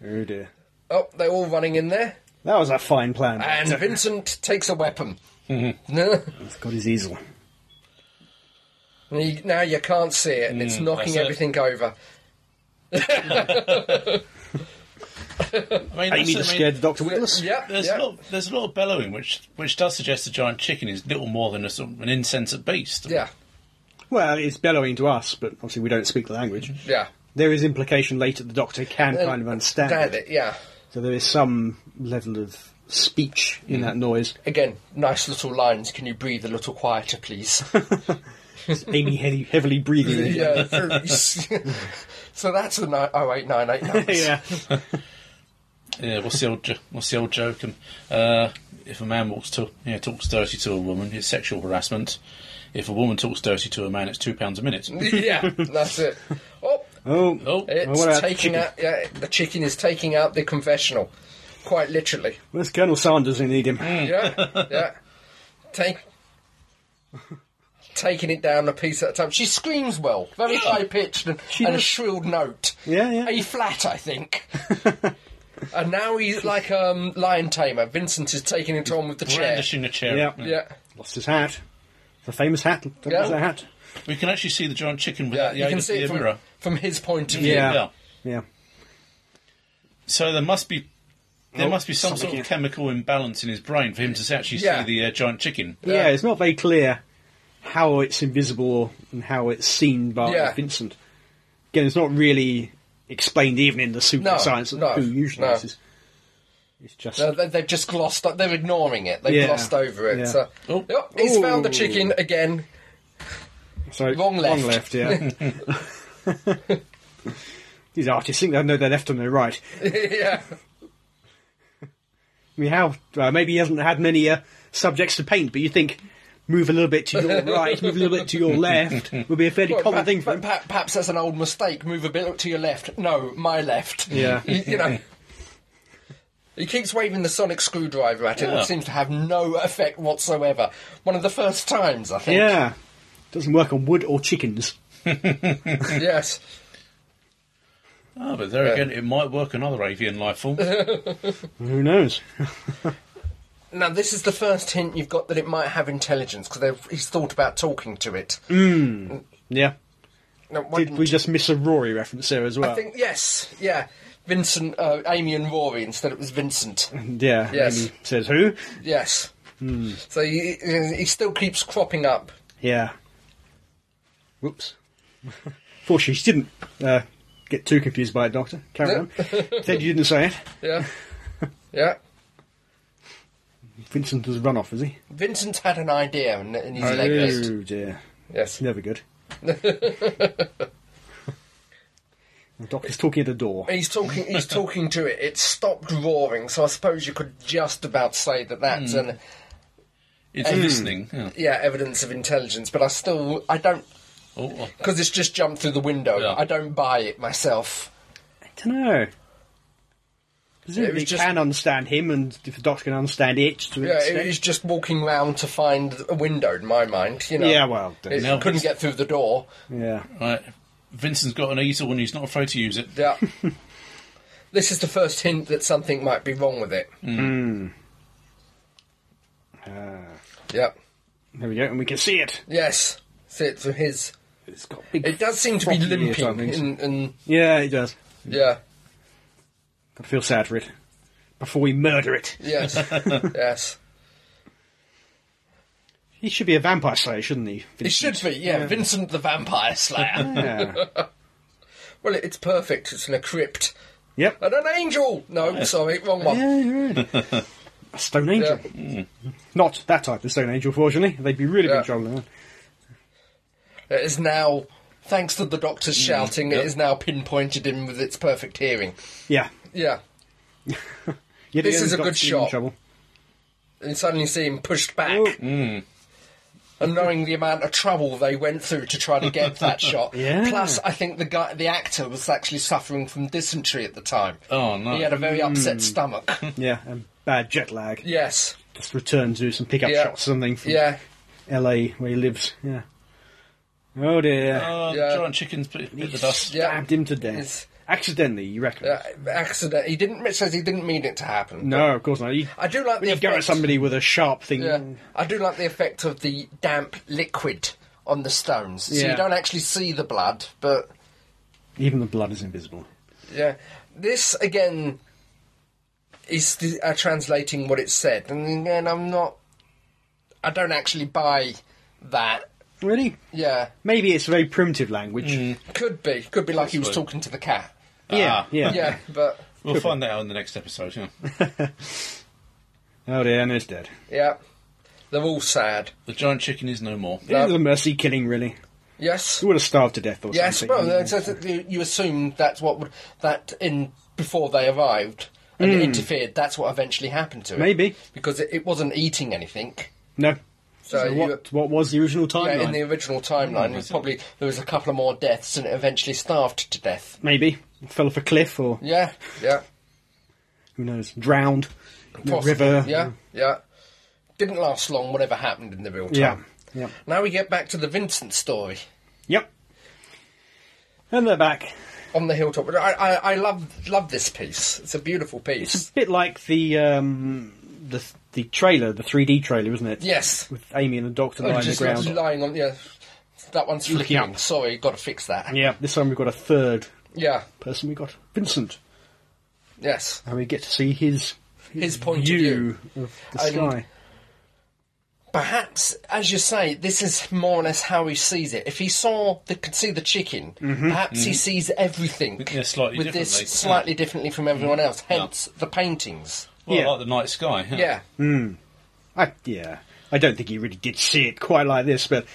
S1: oh dear,
S3: Oh, they're all running in there.
S1: that was a fine plan.
S3: And Vincent takes a weapon.
S2: Mm-hmm.
S1: He's got his easel.
S3: You- now you can't see it, and it's knocking
S2: Mm, that's it.
S3: everything over.
S2: I
S1: Amy
S2: mean, that's- I
S1: just
S2: mean,
S1: scared Doctor Witless.
S3: Yep,
S2: There's
S3: yep.
S2: a lot. There's a lot of bellowing, which which does suggest the giant chicken is little more than a sort of an insensate beast.
S3: Yeah,
S1: Well, it's bellowing to us, but obviously we don't speak the language.
S3: yeah.
S1: There is implication later the Doctor can kind of understand
S3: Damn it, yeah.
S1: So there is some level of speech in that noise.
S3: Again, nice little lines. Can you breathe a little quieter, please?
S1: *laughs* Amy heavy, heavily breathing.
S3: *laughs* yeah. please. *laughs* so that's the ni- oh, 08989.
S1: *laughs* *laughs* yeah.
S2: Yeah, what's the old jo- what's the old joke? Um, uh, if a man walks to yeah, talks dirty to a woman, it's sexual harassment. If a woman talks dirty to a man, it's two pounds a minute.
S3: *laughs* yeah, that's it. Oh,
S1: Oh,
S2: Oh,
S1: Well,
S3: it's
S1: what about
S3: taking
S1: chicken?
S3: out. Yeah, the chicken is taking out the confessional, quite literally.
S1: where's Colonel Sanders? We need him.
S3: Mm. Yeah, yeah. Take, taking it down a piece at a time. She screams well, very high pitched and, and a
S1: does.
S3: shrill note.
S1: Yeah, yeah.
S3: A flat, I think. and now he's like um, lion tamer. Vincent is taking it on with the chair.
S2: brandishing a chair.
S1: Yeah.
S3: Yeah,
S1: Lost his hat. The famous hat. That
S3: Yeah.
S1: was a hat.
S2: we can actually see the giant chicken
S3: yeah.
S2: without
S3: You
S2: the aid
S3: can
S2: of
S3: see
S2: the
S3: it from,
S2: mirror.
S3: from his point of view.
S1: Yeah.
S2: Yeah.
S1: Yeah.
S2: So there must be there
S1: Oh,
S2: must be some
S1: something
S2: sort of
S1: here.
S2: chemical imbalance in his brain for him to actually
S3: Yeah.
S2: see the uh, giant chicken.
S1: yeah. it's not very clear how it's invisible and how it's seen by
S3: Yeah.
S1: Vincent. Again, it's not really explained even in the super
S3: No,
S1: science of
S3: no,
S1: who usually
S3: no.
S1: is. It's just
S3: No, Uh, they, they've just glossed. They're ignoring it. They've
S1: Yeah.
S3: glossed over it.
S1: Yeah.
S3: So,
S2: Oh.
S3: Oh, he's found the
S1: Ooh.
S3: chicken again. *laughs*
S1: Sorry,
S3: Wrong left.
S1: Wrong left, yeah.
S3: *laughs*
S1: *laughs* These artists think they know their left and their right.
S3: yeah,
S1: I mean, how? Uh, maybe he hasn't had many uh, subjects to paint, but you think move a little bit to
S3: *laughs*
S1: your right, move a little bit to your left would be a fairly common
S3: Well,
S1: thing for
S3: per-
S1: him.
S3: per- Perhaps that's an old mistake. Move a bit to your left. No, my left.
S1: Yeah.
S3: *laughs* you, you know. He keeps waving the sonic screwdriver at it, and
S2: Yeah.
S3: it seems to have no effect whatsoever. One of the first times, I think.
S1: yeah, doesn't work on wood or chickens.
S3: Yes.
S2: Ah, but there again, it might work on other avian life forms.
S1: Who knows? *laughs*
S3: Now, this is the first hint you've got that it might have intelligence because he's thought about talking to it.
S1: Yeah.
S3: Now, why
S1: Mm. Did
S3: didn't
S1: we just miss a Rory reference there as well?
S3: I think yes, yeah. Vincent, uh, Amy, and Rory. Instead, it
S1: *laughs*
S3: was Vincent.
S1: yeah.
S3: Yes.
S1: Amy says who?
S3: Yes.
S1: Hmm.
S3: So he, he still keeps cropping up.
S1: Yeah. Whoops. *laughs* Fortunately, she didn't uh, get too confused by it, Doctor. Carry on.
S3: *laughs*
S1: Said you didn't say it. *laughs*
S3: Yeah. yeah.
S1: Vincent has run off, has he?
S3: Vincent's had an idea and, and he's legless.
S1: Oh dear.
S3: Yes.
S1: Never
S3: *laughs*
S1: good. the doctor's talking at the door.
S3: He's talking. He's talking to it. It stopped roaring, so I suppose you could just about say that that's an
S2: It's listening. Yeah.
S3: yeah evidence of intelligence. But I still I don't
S2: Oh, oh.
S3: because it's just jumped through the window.
S2: Yeah.
S3: I don't buy it myself.
S1: I don't know. Presumably
S3: just-
S1: can understand him, and if the doctor can understand it, to an
S3: Yeah,
S1: extent-
S3: it was just walking round to find a window. In my mind, you know.
S1: Yeah, well,
S3: it
S2: Now-
S3: couldn't get through the door.
S1: yeah.
S2: Right. Vincent's got an easel and he's not afraid to use it.
S3: Yeah. this is the first hint that something might be wrong with it.
S1: Ah,
S3: Yep.
S1: there we go, and we can see it.
S3: Yes. See it through his.
S1: It's got big.
S3: It does seem to be
S1: frothy ears, I
S3: limping,
S1: think.
S3: and, and
S1: Yeah, it does.
S3: yeah,
S1: I feel sad for it. Before we murder it,
S3: yes, yes.
S1: he should be a vampire slayer, shouldn't
S3: *laughs*
S1: he?
S3: It should be, yeah. Vincent the Vampire Slayer.
S1: Yeah.
S3: well, it's perfect. It's in a crypt.
S1: yep.
S3: And an angel. No, sorry, wrong one.
S1: Yeah, you're right.
S3: *laughs*
S1: A stone angel.
S3: Yeah.
S1: Not that type of stone angel, fortunately. They'd be really
S3: Yeah.
S1: big trouble. then.
S3: It is now, thanks to the doctor's shouting,
S2: yeah.
S3: it is now pinpointed in with its perfect hearing.
S1: Yeah.
S3: Yeah.
S1: Yet
S3: This
S1: again,
S3: is
S1: the
S3: a good
S1: doctor's in
S3: shot.
S1: Trouble.
S3: And suddenly see him pushed back.
S1: Oh.
S3: and knowing the amount of trouble they went through to try to get that shot.
S1: Yeah.
S3: Plus, I think the guy, the actor, was actually suffering from dysentery at the time.
S2: Oh, no.
S3: He had a very
S1: Hmm.
S3: upset stomach.
S1: Yeah, and bad jet lag.
S3: yes.
S1: Just return to some pickup
S3: Yeah.
S1: shots, something from
S3: Yeah.
S1: LA where he lives. Yeah. Oh dear.
S2: Oh, the
S3: Yeah.
S2: giant chickens bit, bit the dust.
S3: Uh, yeah.
S1: Stabbed him to death.
S3: It's-
S1: Accidentally, you reckon?
S3: Uh, accident. He didn't. It says he didn't mean it to happen.
S1: no, of course not. You,
S3: I do like the
S1: you go at
S3: effect-
S1: somebody with a sharp thing.
S3: Yeah. I do like the effect of the damp liquid on the stones. So
S1: Yeah.
S3: you don't actually see the blood, but
S1: Even the blood is invisible.
S3: Yeah, this again is th- uh, translating what it said, and again, I'm not. I don't actually buy that.
S1: Really?
S3: Yeah,
S1: Maybe it's very primitive language.
S3: could be, could be like he was
S2: Possibly.
S3: talking to the cat.
S1: Yeah,
S2: Ah.
S1: yeah.
S3: Mm. Yeah, but
S2: We'll find that out in the next episode. Yeah.
S1: Oh dear, and it's dead.
S3: yeah, they're all sad.
S2: The giant chicken is no more.
S3: Uh,
S1: It was a mercy killing, really.
S3: Yes,
S1: He would have starved to death or
S3: yes.
S1: something.
S3: Well, that's, that's, you you assume that's what would that in before they arrived and it interfered. That's what eventually happened to it.
S1: Hmm. Maybe.
S3: because it, it wasn't eating anything.
S1: No.
S3: So,
S1: So
S3: you-
S1: what, what was the original timeline? Oh,
S3: Yeah, in the original timeline, it was probably there was a couple of more deaths, and it eventually starved to death.
S1: Maybe. Fell off a cliff or,
S3: Yeah, yeah,
S1: who knows, drowned in a
S3: possibly.
S1: river.
S3: Yeah, yeah. Didn't last long. Whatever happened in the real time.
S1: Yeah. Yep.
S3: Now we get back to the Vincent story
S1: Yep. And they're back.
S3: on the hilltop. I, I, I love love this piece. It's a beautiful piece.
S1: It's a bit like the um, the the trailer, the 3D trailer, isn't it?
S3: Yes,
S1: With Amy and the Doctor
S3: Oh,
S1: lying on the
S3: just
S1: ground.
S3: lying on. Yeah, that one's
S1: Looking
S3: flicking.
S1: up.
S3: Sorry, got to fix that.
S1: yeah. This time we've got a third
S3: Yeah.
S1: person. We've got Vincent,
S3: Yes.
S1: and we get to see his
S3: His point of view.
S1: view of the
S3: And-
S1: sky.
S3: perhaps, as you say, this is more or less how he sees it. If he saw the could see the chicken, perhaps he sees everything
S2: Yeah, Mm-hmm. slightly
S3: with this
S2: differently.
S3: slightly differently from everyone else. Hence the paintings.
S2: Well,
S1: Yeah.
S2: like the night sky. Yeah. Mm-hmm.
S3: Yeah,
S1: I, yeah, I don't think he really did see it quite like this, but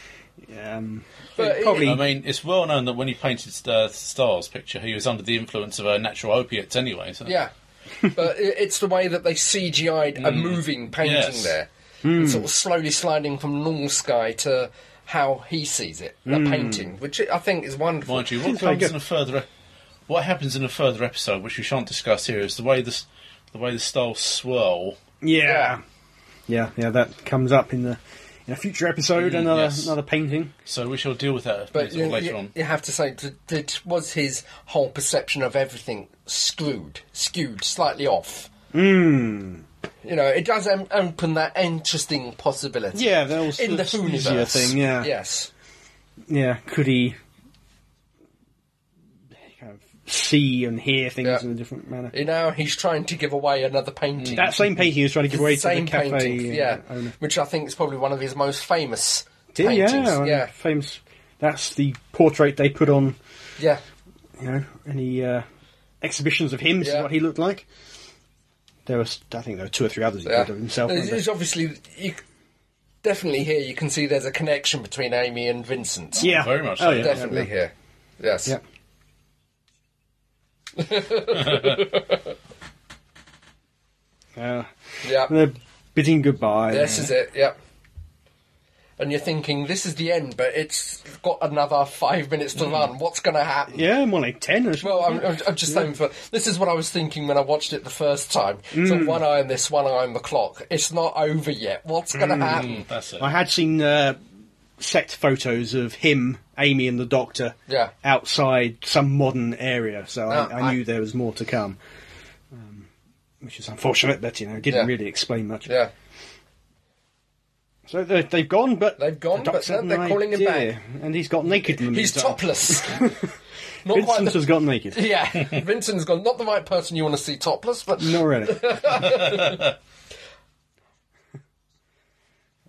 S1: um,
S3: But it-
S1: probably
S2: I mean, it's well known that when he painted uh, Star's picture, he was under the influence of uh, natural opiates anyway. So. *laughs*
S3: yeah. but i- it's the way that they CGI'd a moving painting
S2: Mm. Yes. Mm.
S3: there, It's sort of slowly sliding from normal sky to how he sees it, the painting, which I think is
S2: Mm.
S3: wonderful.
S2: Mind
S3: *laughs*
S2: you, what
S1: very
S2: comes
S1: good.
S2: in a further, what happens in a further episode, which we shan't discuss here, is the way this, the way the stars swirl.
S1: yeah, yeah, yeah. That comes up in the in a future episode.
S2: Mm,
S1: another
S2: yes.
S1: another painting.
S2: So we shall deal with that
S3: But
S2: sort
S3: you,
S2: of later
S3: you-
S2: on.
S3: you have to say that, that was his whole perception of everything screwed, skewed, slightly off.
S1: Hmm.
S3: You know, it does um, open that interesting possibility.
S1: Yeah, that was
S3: in the
S1: that's easier
S3: Hooniverse
S1: thing. Yeah,
S3: Yes.
S1: yeah. Could he kind of see and hear things
S3: Yeah.
S1: in a different manner?
S3: You know, he's trying to give away another painting.
S1: that same painting he was trying to give away to the
S3: same
S1: cafe
S3: painting,
S1: uh,
S3: yeah,
S1: owner.
S3: which I think is probably one of his most famous
S1: Yeah,
S3: paintings.
S1: yeah, yeah.
S3: yeah,
S1: Famous. That's the portrait they put on
S3: yeah.
S1: you know, any uh, exhibitions of him,
S3: Yeah.
S1: see what he looked like. There was, I think, there were two or three others he
S3: Yeah.
S1: did of himself.
S3: There's-
S1: weren't there?
S3: there's obviously, you, c- definitely here you can see there's a connection between Amy and Vincent.
S1: Yeah,
S2: Very much
S1: Oh,
S2: so,
S1: yeah,
S3: definitely
S1: yeah.
S3: here. Yes.
S1: Yeah.
S3: *laughs*
S1: Uh,
S3: Yeah.
S1: they're bidding goodbye.
S3: This is it. Yep. And you're thinking this is the end, but it's got another five minutes to run. What's going to happen?
S1: Yeah, more like ten. Or
S3: Well, I'm, I'm, I'm just saying. For this is what I was thinking when I watched it the first time.
S1: Mm.
S3: So one eye on this, one eye on the clock. It's not over yet. What's going to
S1: Mm.
S3: happen?
S2: That's it.
S1: I had seen uh, set photos of him, Amy, and the Doctor
S3: Yeah.
S1: outside some modern area, so
S3: No,
S1: I, I
S3: I-
S1: knew there was more to come. Um, which is unfortunate, but you know, it didn't
S3: Yeah.
S1: really explain much.
S3: Yeah.
S1: So they- they've gone, but
S3: They've gone,
S1: the
S3: but
S1: Doc's
S3: no,
S1: had
S3: they're
S1: no
S3: calling him
S1: idea, and he's got naked. in the
S3: He's
S1: meantime. *laughs*
S3: topless. not quite.
S1: Vincent
S3: The,
S1: has got naked. *laughs*
S3: *laughs* yeah, Vincent's gone. Not the right person you want to see topless, but
S1: Not really.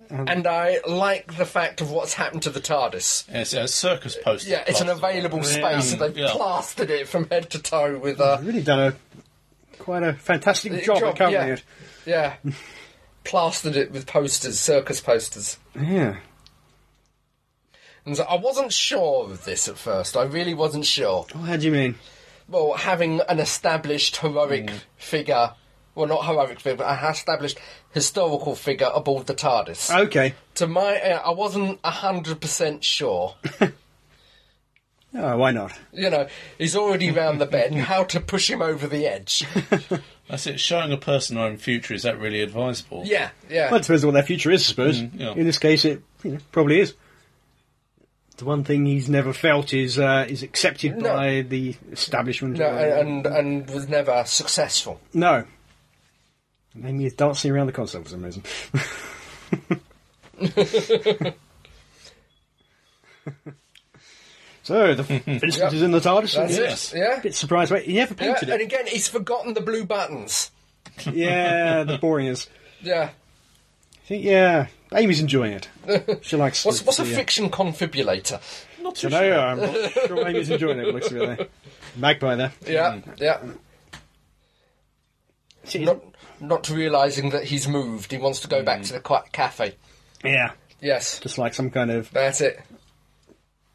S3: and I like the fact of what's happened to the TARDIS.
S2: It's a circus poster.
S3: Yeah, it's an
S2: plastered on.
S3: available
S2: Yeah.
S3: space, and they've
S2: Yeah.
S3: plastered it from head to toe with uh,
S1: I've really done a quite a fantastic job,
S3: job,
S1: at covering
S3: yeah.
S1: it.
S3: Yeah. Plastered it with posters, circus posters.
S1: Yeah.
S3: And so I wasn't sure of this at first. I really wasn't sure.
S1: Oh, how do you mean?
S3: Well, having an established heroic figure, well, not heroic figure, but an established historical figure aboard the TARDIS.
S1: Okay.
S3: to my, uh, I wasn't hundred percent sure.
S1: Oh, why not?
S3: you know, he's already round the bend. How to push him over the edge?
S2: That's it. Showing a person their own future is that really advisable?
S3: yeah, yeah.
S1: Well, it depends on what their future is, I suppose.
S2: Mm, yeah.
S1: In this case, it you know, probably is. The one thing he's never felt is uh, is accepted
S3: No.
S1: by the establishment.
S3: no,
S1: Uh,
S3: and, and and was never successful.
S1: no. And Amy is dancing around the console for some
S3: *laughs*
S1: reason. *laughs* so
S3: *laughs*
S1: the Vincent
S3: Yep.
S1: is in the TARDIS.
S3: That's
S2: Yes.
S3: it. Yeah.
S1: bit surprised. Wait, he never
S3: Yeah,
S1: painted
S3: and
S1: it.
S3: again, he's forgotten the blue buttons.
S1: Yeah, the boring is.
S3: Yeah.
S1: I think, yeah, Amy's enjoying
S3: *laughs*
S1: it. She likes.
S3: What's, what's a
S1: the, uh,
S3: fiction confibulator?
S2: Not too
S1: I
S2: sure.
S1: know, I'm not sure Amy's enjoying it. Looks really magpie there.
S3: Yeah,
S1: Mm.
S3: yeah.
S1: She-
S3: Not, not realizing that he's moved. He wants to go
S1: Mm.
S3: back to the qua- cafe.
S1: yeah,
S3: Yes,
S1: just like some kind of
S3: that's it.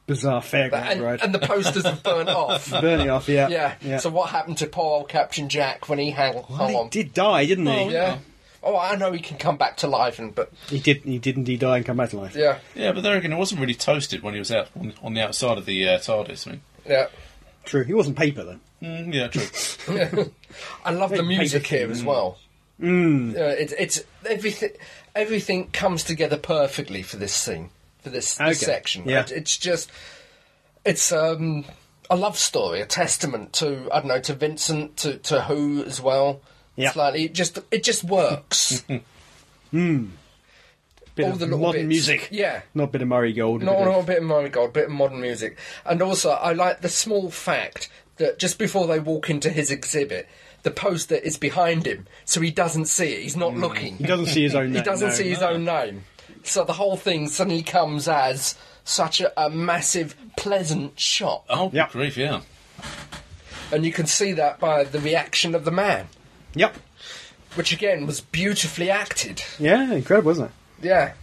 S1: bizarre fairground
S3: And,
S1: ride.
S3: and the posters have burnt
S1: *laughs*
S3: off.
S1: Burning off, yeah,
S3: Yeah. So what happened to poor old Captain Jack when he hung,
S1: Well,
S3: hung
S1: he
S3: on?
S1: did die, didn't he?
S3: Yeah. Oh, I know he can come back to life, and but
S1: He did. He did indeed die and come back to life.
S3: yeah,
S2: Yeah, but there again, it wasn't really toasted when he was out on, on the outside of the uh, TARDIS. I mean,
S3: yeah.
S1: True. He wasn't paper though.
S2: mm, yeah,
S3: *laughs*
S2: true.
S3: I love the music
S1: paper
S3: here as well. Mm. it's it's everything. Everything comes together perfectly for this scene, for this, this
S1: Okay,
S3: section.
S1: yeah.
S3: It- it's just, it's um, a love story, a testament to I don't know to Vincent, to to who as well.
S1: Yeah.
S3: Slightly, it just it
S1: *laughs*
S3: just works.
S1: Bit
S3: All
S1: of
S3: the little
S1: modern
S3: bits.
S1: music.
S3: Yeah.
S1: Not a bit of Murray Gold. a
S3: No,
S1: bit
S3: no, a
S1: of-
S3: bit of modern gold, a bit of modern music. And also, I like the small fact that just before they walk into his exhibit, the poster is behind him, so he doesn't see it. He's not looking.
S1: He doesn't see his own.
S3: *laughs* He doesn't see his
S1: own.
S3: own name. So the whole thing suddenly comes as such a, a massive, pleasant shock.
S2: Oh,
S1: Yeah.
S2: good grief, yeah.
S3: And you can see that by the reaction of the man,
S1: Yep.
S3: which again was beautifully acted.
S1: Yeah, incredible, isn't it?
S3: Yeah.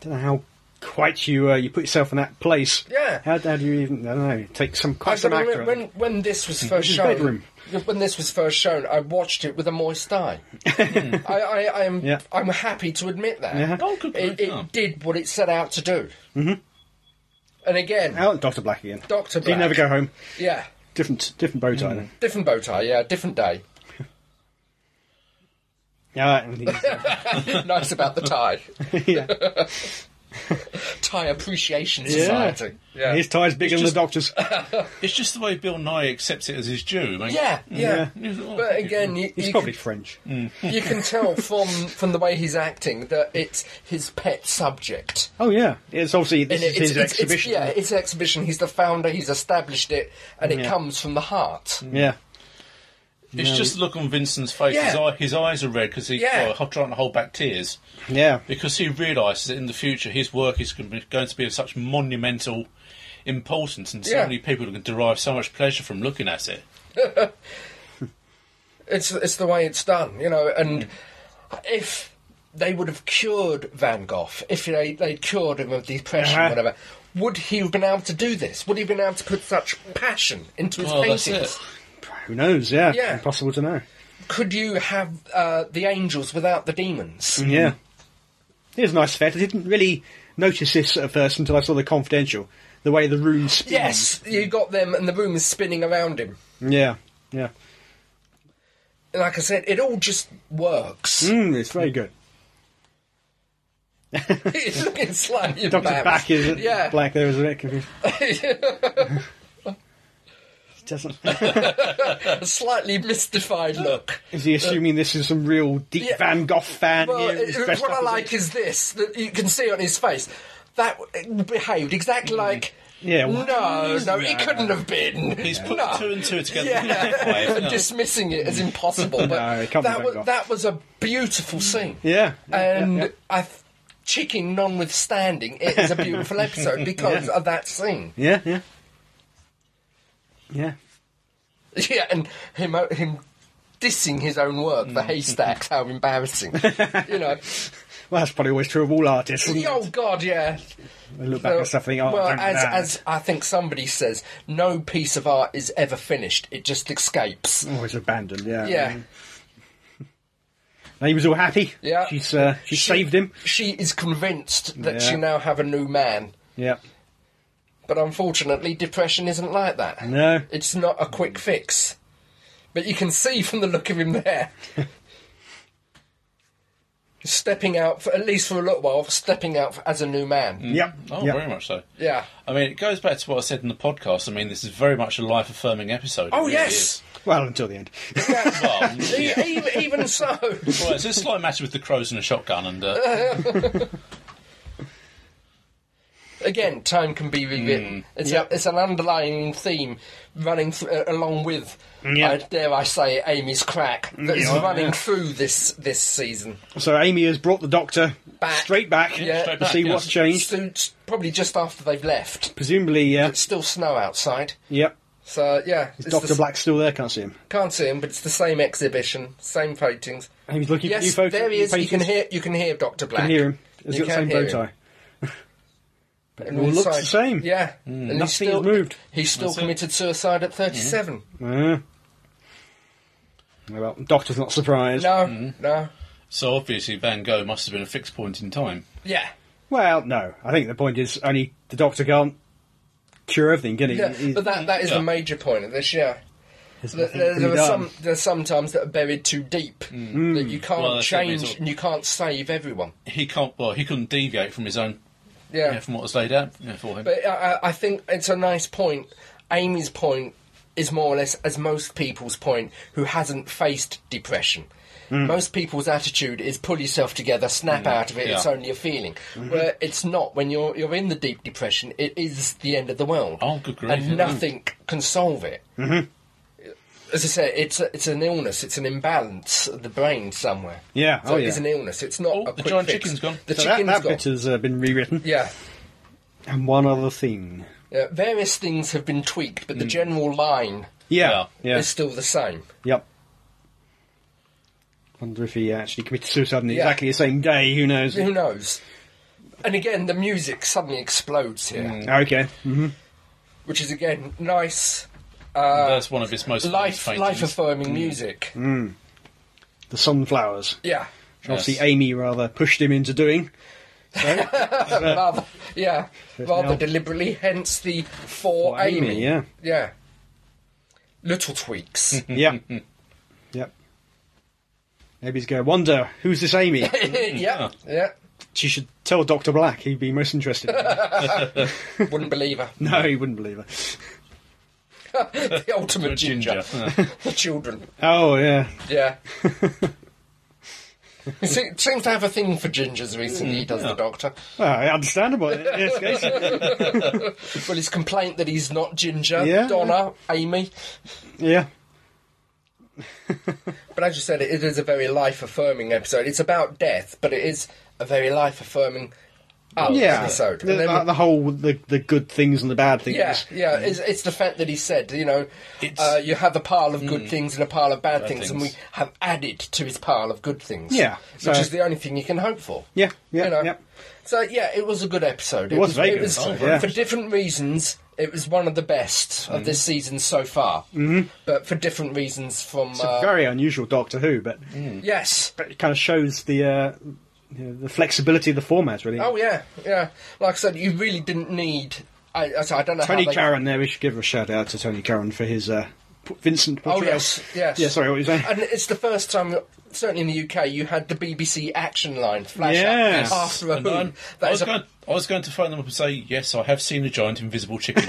S1: Don't know how quite you uh, you put yourself in that place.
S3: Yeah.
S1: How, how do you even? I don't know. Take some
S3: I
S1: quite some
S3: remember
S1: actor.
S3: when, when this was first
S1: his
S3: shown,
S1: bedroom.
S3: when this was first shown, I watched it with a moist
S1: *laughs*
S3: eye. Hmm. I, I, I'm,
S1: Yeah.
S3: I'm happy to admit that.
S1: Yeah.
S2: Oh, good grief,
S3: It, it
S2: yeah.
S3: did what it set out to do. Mm-hmm. And again,
S1: Out Oh, Doctor Black again.
S3: Doctor
S1: He
S3: Black. Mm.
S1: never go home.
S3: Yeah,
S1: Different different bow tie. then.
S3: different bow tie. Yeah, different
S1: *laughs*
S3: day.
S1: Yeah. and
S3: *laughs*
S1: he's-
S3: nice about the tie.
S1: *laughs* yeah.
S3: Tie appreciation
S1: Yeah.
S3: society. Yeah,
S1: His tie's bigger than the Doctor's.
S2: It's just the way Bill Nye accepts it as his due. I mean,
S3: yeah, yeah.
S2: Yeah. Oh,
S3: But again, you, Mm.
S1: He's
S3: you
S1: probably French.
S3: can, you can tell from from the way he's acting that it's his pet subject.
S1: Oh yeah. It's obviously this
S3: And
S1: is
S3: it's,
S1: his
S3: it's- it's-
S1: exhibition.
S3: yeah, it's an exhibition. He's the founder. He's established it, and it
S1: Yeah. Mm.
S3: comes from the heart.
S1: yeah.
S2: It's just the look on Vincent's face. His,
S3: Yeah.
S2: eye, his eyes are red because he's
S3: Yeah.
S2: trying to hold back tears
S1: Yeah.
S2: because he realises that in the future his work is gonna be- going to be of such monumental importance and so
S3: Yeah.
S2: many people can derive so much pleasure from looking at it.
S3: It's it's the way it's done, you know. And if they would have cured Van Gogh, if they they cured him of depression,
S1: Uh-huh.
S3: whatever, would he have been able to do this? Would he have been able to put such passion into his
S2: Well, that's
S3: paintings?
S2: it.
S1: Who knows? Yeah.
S3: Yeah.
S1: Impossible to know.
S3: Could you have uh, the angels without the demons?
S1: Yeah. It was a nice effect. I didn't really notice this at first until I saw the confidential. The way the room spins.
S3: Yes,
S1: Mm.
S3: you got them, and the room is spinning around him.
S1: Yeah. Yeah.
S3: And Like I said, it all just works. *laughs*
S1: Mm, it's very good.
S3: He's looking slightly
S1: Doctor
S3: embarrassed.
S1: Black is
S3: *laughs* yeah.
S1: black. There was a bit confused.
S3: *laughs*
S1: He Doesn't
S3: a slightly mystified look.
S1: is he assuming this is some real deep
S3: Yeah.
S1: Van Gogh fan?
S3: Well,
S1: here who's
S3: it-
S1: dressed
S3: what
S1: up
S3: I
S1: as a-
S3: like is this that you can see on his face that it behaved exactly like.
S1: Mm. Yeah, well-
S3: no, no, it couldn't have been.
S2: He's put
S3: no.
S2: two and two together.
S3: *laughs* Yeah, *laughs*
S2: Yeah.
S3: dismissing it as impossible.
S1: Mm. *laughs* No, it
S3: But
S1: can't be
S3: that
S1: Van Gogh.
S3: was that was a beautiful scene.
S1: Yeah. yeah,
S3: and
S1: yeah,
S3: I, th- chicken notwithstanding, it is
S1: *laughs*
S3: a beautiful episode because of that scene. *laughs*
S1: yeah, yeah, yeah.
S3: Yeah, and him him dissing his own work,
S1: Mm.
S3: the haystacks.
S1: *laughs*
S3: How embarrassing, you know.
S1: Well, that's probably always true of all artists. isn't it?
S3: Oh God, yeah.
S1: They look back at stuff and think, oh,
S3: well,
S1: don't
S3: as,
S1: know.
S3: as I think somebody says, no piece of art is ever finished; it just escapes.
S1: always abandoned. Yeah,
S3: Yeah,
S1: And he was all happy.
S3: Yeah.
S1: she's uh, she,
S3: She-
S1: saved him.
S3: She is convinced that
S1: Yeah.
S3: she now have a new man,
S1: Yeah,
S3: but unfortunately, depression isn't like that.
S1: no,
S3: It's not a quick fix. But you can see from the look of
S1: *laughs*
S3: him there. stepping out, for, at least for a little while, stepping out as a new man.
S1: yep,
S2: Oh,
S1: yep.
S2: very much so.
S3: Yeah.
S2: I mean, it goes back to what I said in the podcast. I mean, this is very much a life affirming episode. It
S3: Oh,
S2: really
S3: yes!
S1: Well, until the end. *laughs*
S2: is.
S3: *laughs*
S2: Well,
S3: E-
S2: yeah.
S3: e- even so.
S2: well, it's a slight matter with the crows and a shotgun, and
S3: *laughs*
S2: uh,
S3: Again, time can be rewritten. It's,
S1: Hmm. Yep.
S3: a, it's an underlying theme running th- uh, along with,
S1: Yeah.
S3: I, dare I say, Amy's crack that is
S1: Mm, Yeah.
S3: running
S1: Yeah.
S3: through this, this season.
S1: so Amy has brought the doctor
S3: Back.
S1: straight back
S3: Yeah.
S1: to
S2: Straight back,
S1: see uh,
S2: yes.
S1: what's changed.
S3: So, it's probably just after they've left.
S1: Presumably, yeah,
S3: It's still snow outside.
S1: yep.
S3: So, yeah. it's the
S1: Doctor
S3: s-
S1: Black's still there. Can't see him.
S3: Can't see him, but it's the same exhibition, same paintings.
S1: And he's looking
S3: Yes,
S1: for new photos.
S3: there he is. You
S1: paintings.
S3: can hear. You can hear Doctor Black.
S1: Can hear him. He's
S3: You
S1: got the
S3: can
S1: same
S3: hear
S1: bow tie.
S3: him. And
S1: all looks
S3: inside-
S1: the same.
S3: Yeah, and he's
S1: nothing's
S3: still,
S1: moved.
S3: He's still
S2: That's it.
S3: committed suicide at thirty-seven.
S1: Uh, well, Doctor's not surprised.
S3: No, no.
S2: so obviously Van Gogh must have been a fixed point in time.
S3: Yeah,
S1: Well, no. I think the point is only the Doctor can't cure everything, can he?
S3: yeah.
S1: He's-
S3: But that that is
S2: Yeah.
S3: the major point of this. Yeah.
S1: there's
S3: There,
S1: nothing
S3: there,
S1: to
S3: there
S1: be
S3: are
S1: done. Mm.
S3: some there's some times that are buried too deep that you can't
S2: Mm. Well, that's the
S3: change
S2: result.
S3: and you can't save everyone.
S2: He can't. Well, he couldn't deviate from his own.
S3: Yeah,
S2: Yeah, from what was laid out yeah, for him.
S3: but I, I- I think it's a nice point. Amy's point is more or less as most people's point who hasn't faced depression. Most people's attitude is pull yourself together, snap out of it. It's
S2: yeah.
S3: only a feeling. Where it's not when you're you're in the deep depression. It is the end of the world,
S2: Oh, good grief!
S3: and
S2: yeah.
S3: nothing can solve it. as I say, it's a, it's an illness. It's an imbalance of the brain somewhere.
S1: Yeah,
S3: So
S1: oh,
S3: it
S1: yeah.
S3: is an illness. It's not.
S2: Oh,
S3: a
S2: the
S3: quick
S2: giant
S3: fix.
S2: chicken's gone.
S3: The
S1: So that,
S3: chicken's
S1: that
S3: gone.
S1: bit has uh, been rewritten.
S3: Yeah.
S1: And one other thing.
S3: Yeah, various things have been tweaked, but the general line
S1: Yeah. Yeah.
S3: is still the same.
S1: Yep. Wonder if he actually committed suicide on
S3: Yeah.
S1: exactly the same day. Who knows?
S3: Who knows? And again, the music suddenly explodes here,
S1: Okay. hmm
S3: which is again nice, uh,
S2: That's one of his most
S3: life
S2: famous
S3: life
S2: paintings.
S3: affirming music.
S1: The sunflowers.
S3: Yeah,
S1: Which Obviously,
S2: Yes.
S1: Amy rather pushed him into doing. So,
S3: rather yeah, rather
S1: now-
S3: deliberately. Hence the for,
S1: For Amy, yeah.
S3: yeah. Little tweaks. *laughs*
S1: yep. Yep. Maybe he's going, wonder, who's this
S3: *laughs*
S1: Amy?
S3: yeah, yeah.
S1: she should tell Dr. Black. He'd be most interested. *laughs*
S3: Wouldn't believe her.
S1: no, he wouldn't believe her.
S3: The ultimate ginger. *laughs*
S2: Ginger. Yeah.
S3: The children.
S1: Oh, yeah. *laughs*
S3: Yeah. He se- seems to have a thing for gingers recently,
S1: Mm.
S3: does the doctor.
S1: Well, understandable in this case.
S3: Well, his complaint that he's not ginger,
S1: Yeah.
S3: Donna, Amy.
S1: Yeah.
S3: But as you said, it, it is a very life affirming episode. It's about death, but it is a very life affirming
S1: yeah.
S3: episode.
S1: The, uh,
S3: And then-
S1: the- the whole, the, the good things and the bad things.
S3: yeah, yeah.
S1: Mm-hmm.
S3: It's, it's the fact that he said, you know,
S2: It's-
S3: uh, you have a pile of
S1: Mm.
S3: good things and a pile of bad, things, and we
S2: things.
S3: have added to his pile of good things.
S1: Yeah, so-
S3: which is the only thing you can hope for.
S1: Yeah, yeah,
S3: you know?
S1: yeah.
S3: So yeah, it was a good episode. It,
S1: was very good
S3: It was,
S1: episode, yeah. Mm-hmm.
S3: For different reasons, it was one of the best of this season so far. Mm-hmm. But for different reasons, from
S1: It's a
S3: uh, Hmm.
S1: very unusual Doctor Who, but
S3: yes,
S1: but it kind of shows the uh, you know, the flexibility of the format, really.
S3: oh yeah, yeah. Like I said, you really didn't need. I, I, I don't know.
S1: Tony
S3: how they,
S1: Curran, there we should give a shout out to Tony Curran for his uh, P- Vincent.
S3: Oh
S1: Portrayal.
S3: yes, yes.
S1: Yeah, sorry, what were you saying?
S3: And it's the first time, certainly in the UK, you had the BBC action line flash
S1: Yes.
S3: up after a
S2: And
S3: hoon.
S2: I'm-
S3: That
S2: I,
S3: is
S2: was
S3: a, *laughs*
S2: going, I was going to phone them up and say, yes, I have seen the giant invisible
S3: *laughs*
S2: chicken.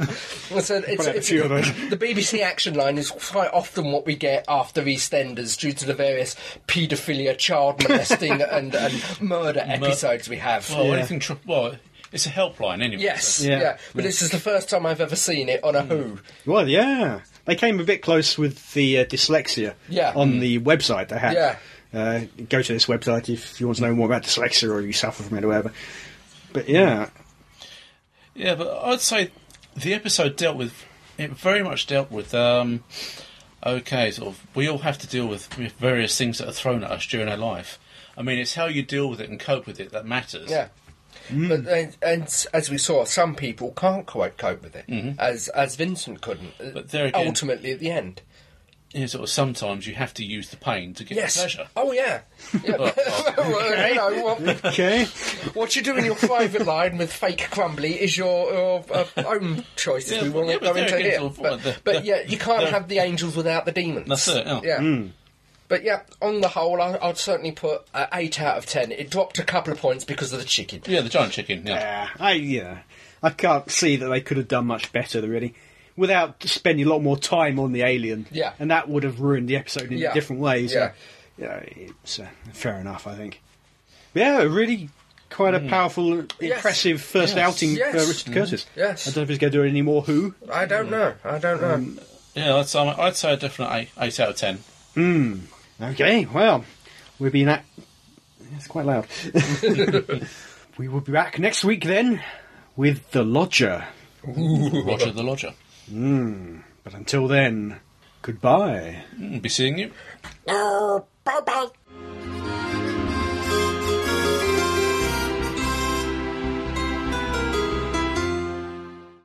S3: it's a- it's-
S1: had a
S3: it's
S1: few
S3: a-
S1: of those.
S3: the BBC action line is quite often what we get after EastEnders due to the various paedophilia, child
S1: *laughs*
S3: molesting, and, and murder episodes we have.
S2: well, anything. Tr- well, it's a helpline anyway.
S3: yes,
S2: so-
S1: Yeah.
S3: yeah. But this is the first time I've ever seen it
S2: Mm.
S3: on a Who.
S1: Well, yeah, they came a bit close with the uh, dyslexia.
S3: Yeah. Mm-hmm.
S1: on the website they had.
S3: Yeah.
S1: Uh, go to this website if you want to know more about dyslexia or you suffer from it or whatever. But yeah,
S2: Yeah, but I'd say the episode dealt with it very much dealt with. Um, okay, sort of, we all have to deal with with various things that are thrown at us during our life. I mean, it's how you deal with it and cope with it that matters.
S3: Yeah.
S1: Mm.
S3: But then, and s- as we saw, some people can't quite cope with it, as as Vincent couldn't.
S2: Mm-hmm. But there again-
S3: ultimately, at the end,
S2: You know, sort of sometimes you have to use the pain to get
S3: yes.
S2: the pleasure. oh. *laughs*
S3: Oh yeah. Yeah. *laughs* Well, you know, what,
S1: okay.
S3: what you do in your private line with fake crumbly is your, your uh, own choices.
S2: Yeah,
S3: we will
S2: yeah,
S3: not
S2: but
S3: go
S2: there
S3: into
S2: again,
S3: here.
S2: sort of,
S3: But,
S2: the-
S3: but
S2: the-
S3: yeah, you can't
S2: the-
S3: have the angels without the demons.
S2: That's it, yeah.
S3: But yeah, on the whole, I, I'd certainly put uh, eight out of ten. It dropped a couple of points because of the chicken.
S2: Yeah, the giant chicken. Yeah.
S1: Yeah, Uh, I yeah, I can't see that they could have done much better really, without spending a lot more time on the alien.
S3: Yeah.
S1: and that would have ruined the episode in
S3: Yeah.
S1: different ways.
S3: Yeah.
S1: yeah, it's uh, fair enough, I think. Yeah, really. Quite a powerful, impressive first
S2: Yes.
S1: outing
S3: Hmm. Yes. Hmm.
S1: for Richard Curtis.
S3: Yes.
S1: I don't know if he's going to do any more Who.
S3: I don't know. I don't know.
S2: Yeah, I'd say, I'd say a definite eight, eight out of ten.
S1: Okay, well, we'll be back. It's quite
S3: *laughs*
S1: loud. we will be back next week then with The Lodger.
S2: Roger the Lodger.
S1: But until then, goodbye.
S2: Mm, Be seeing you.
S3: bye bye.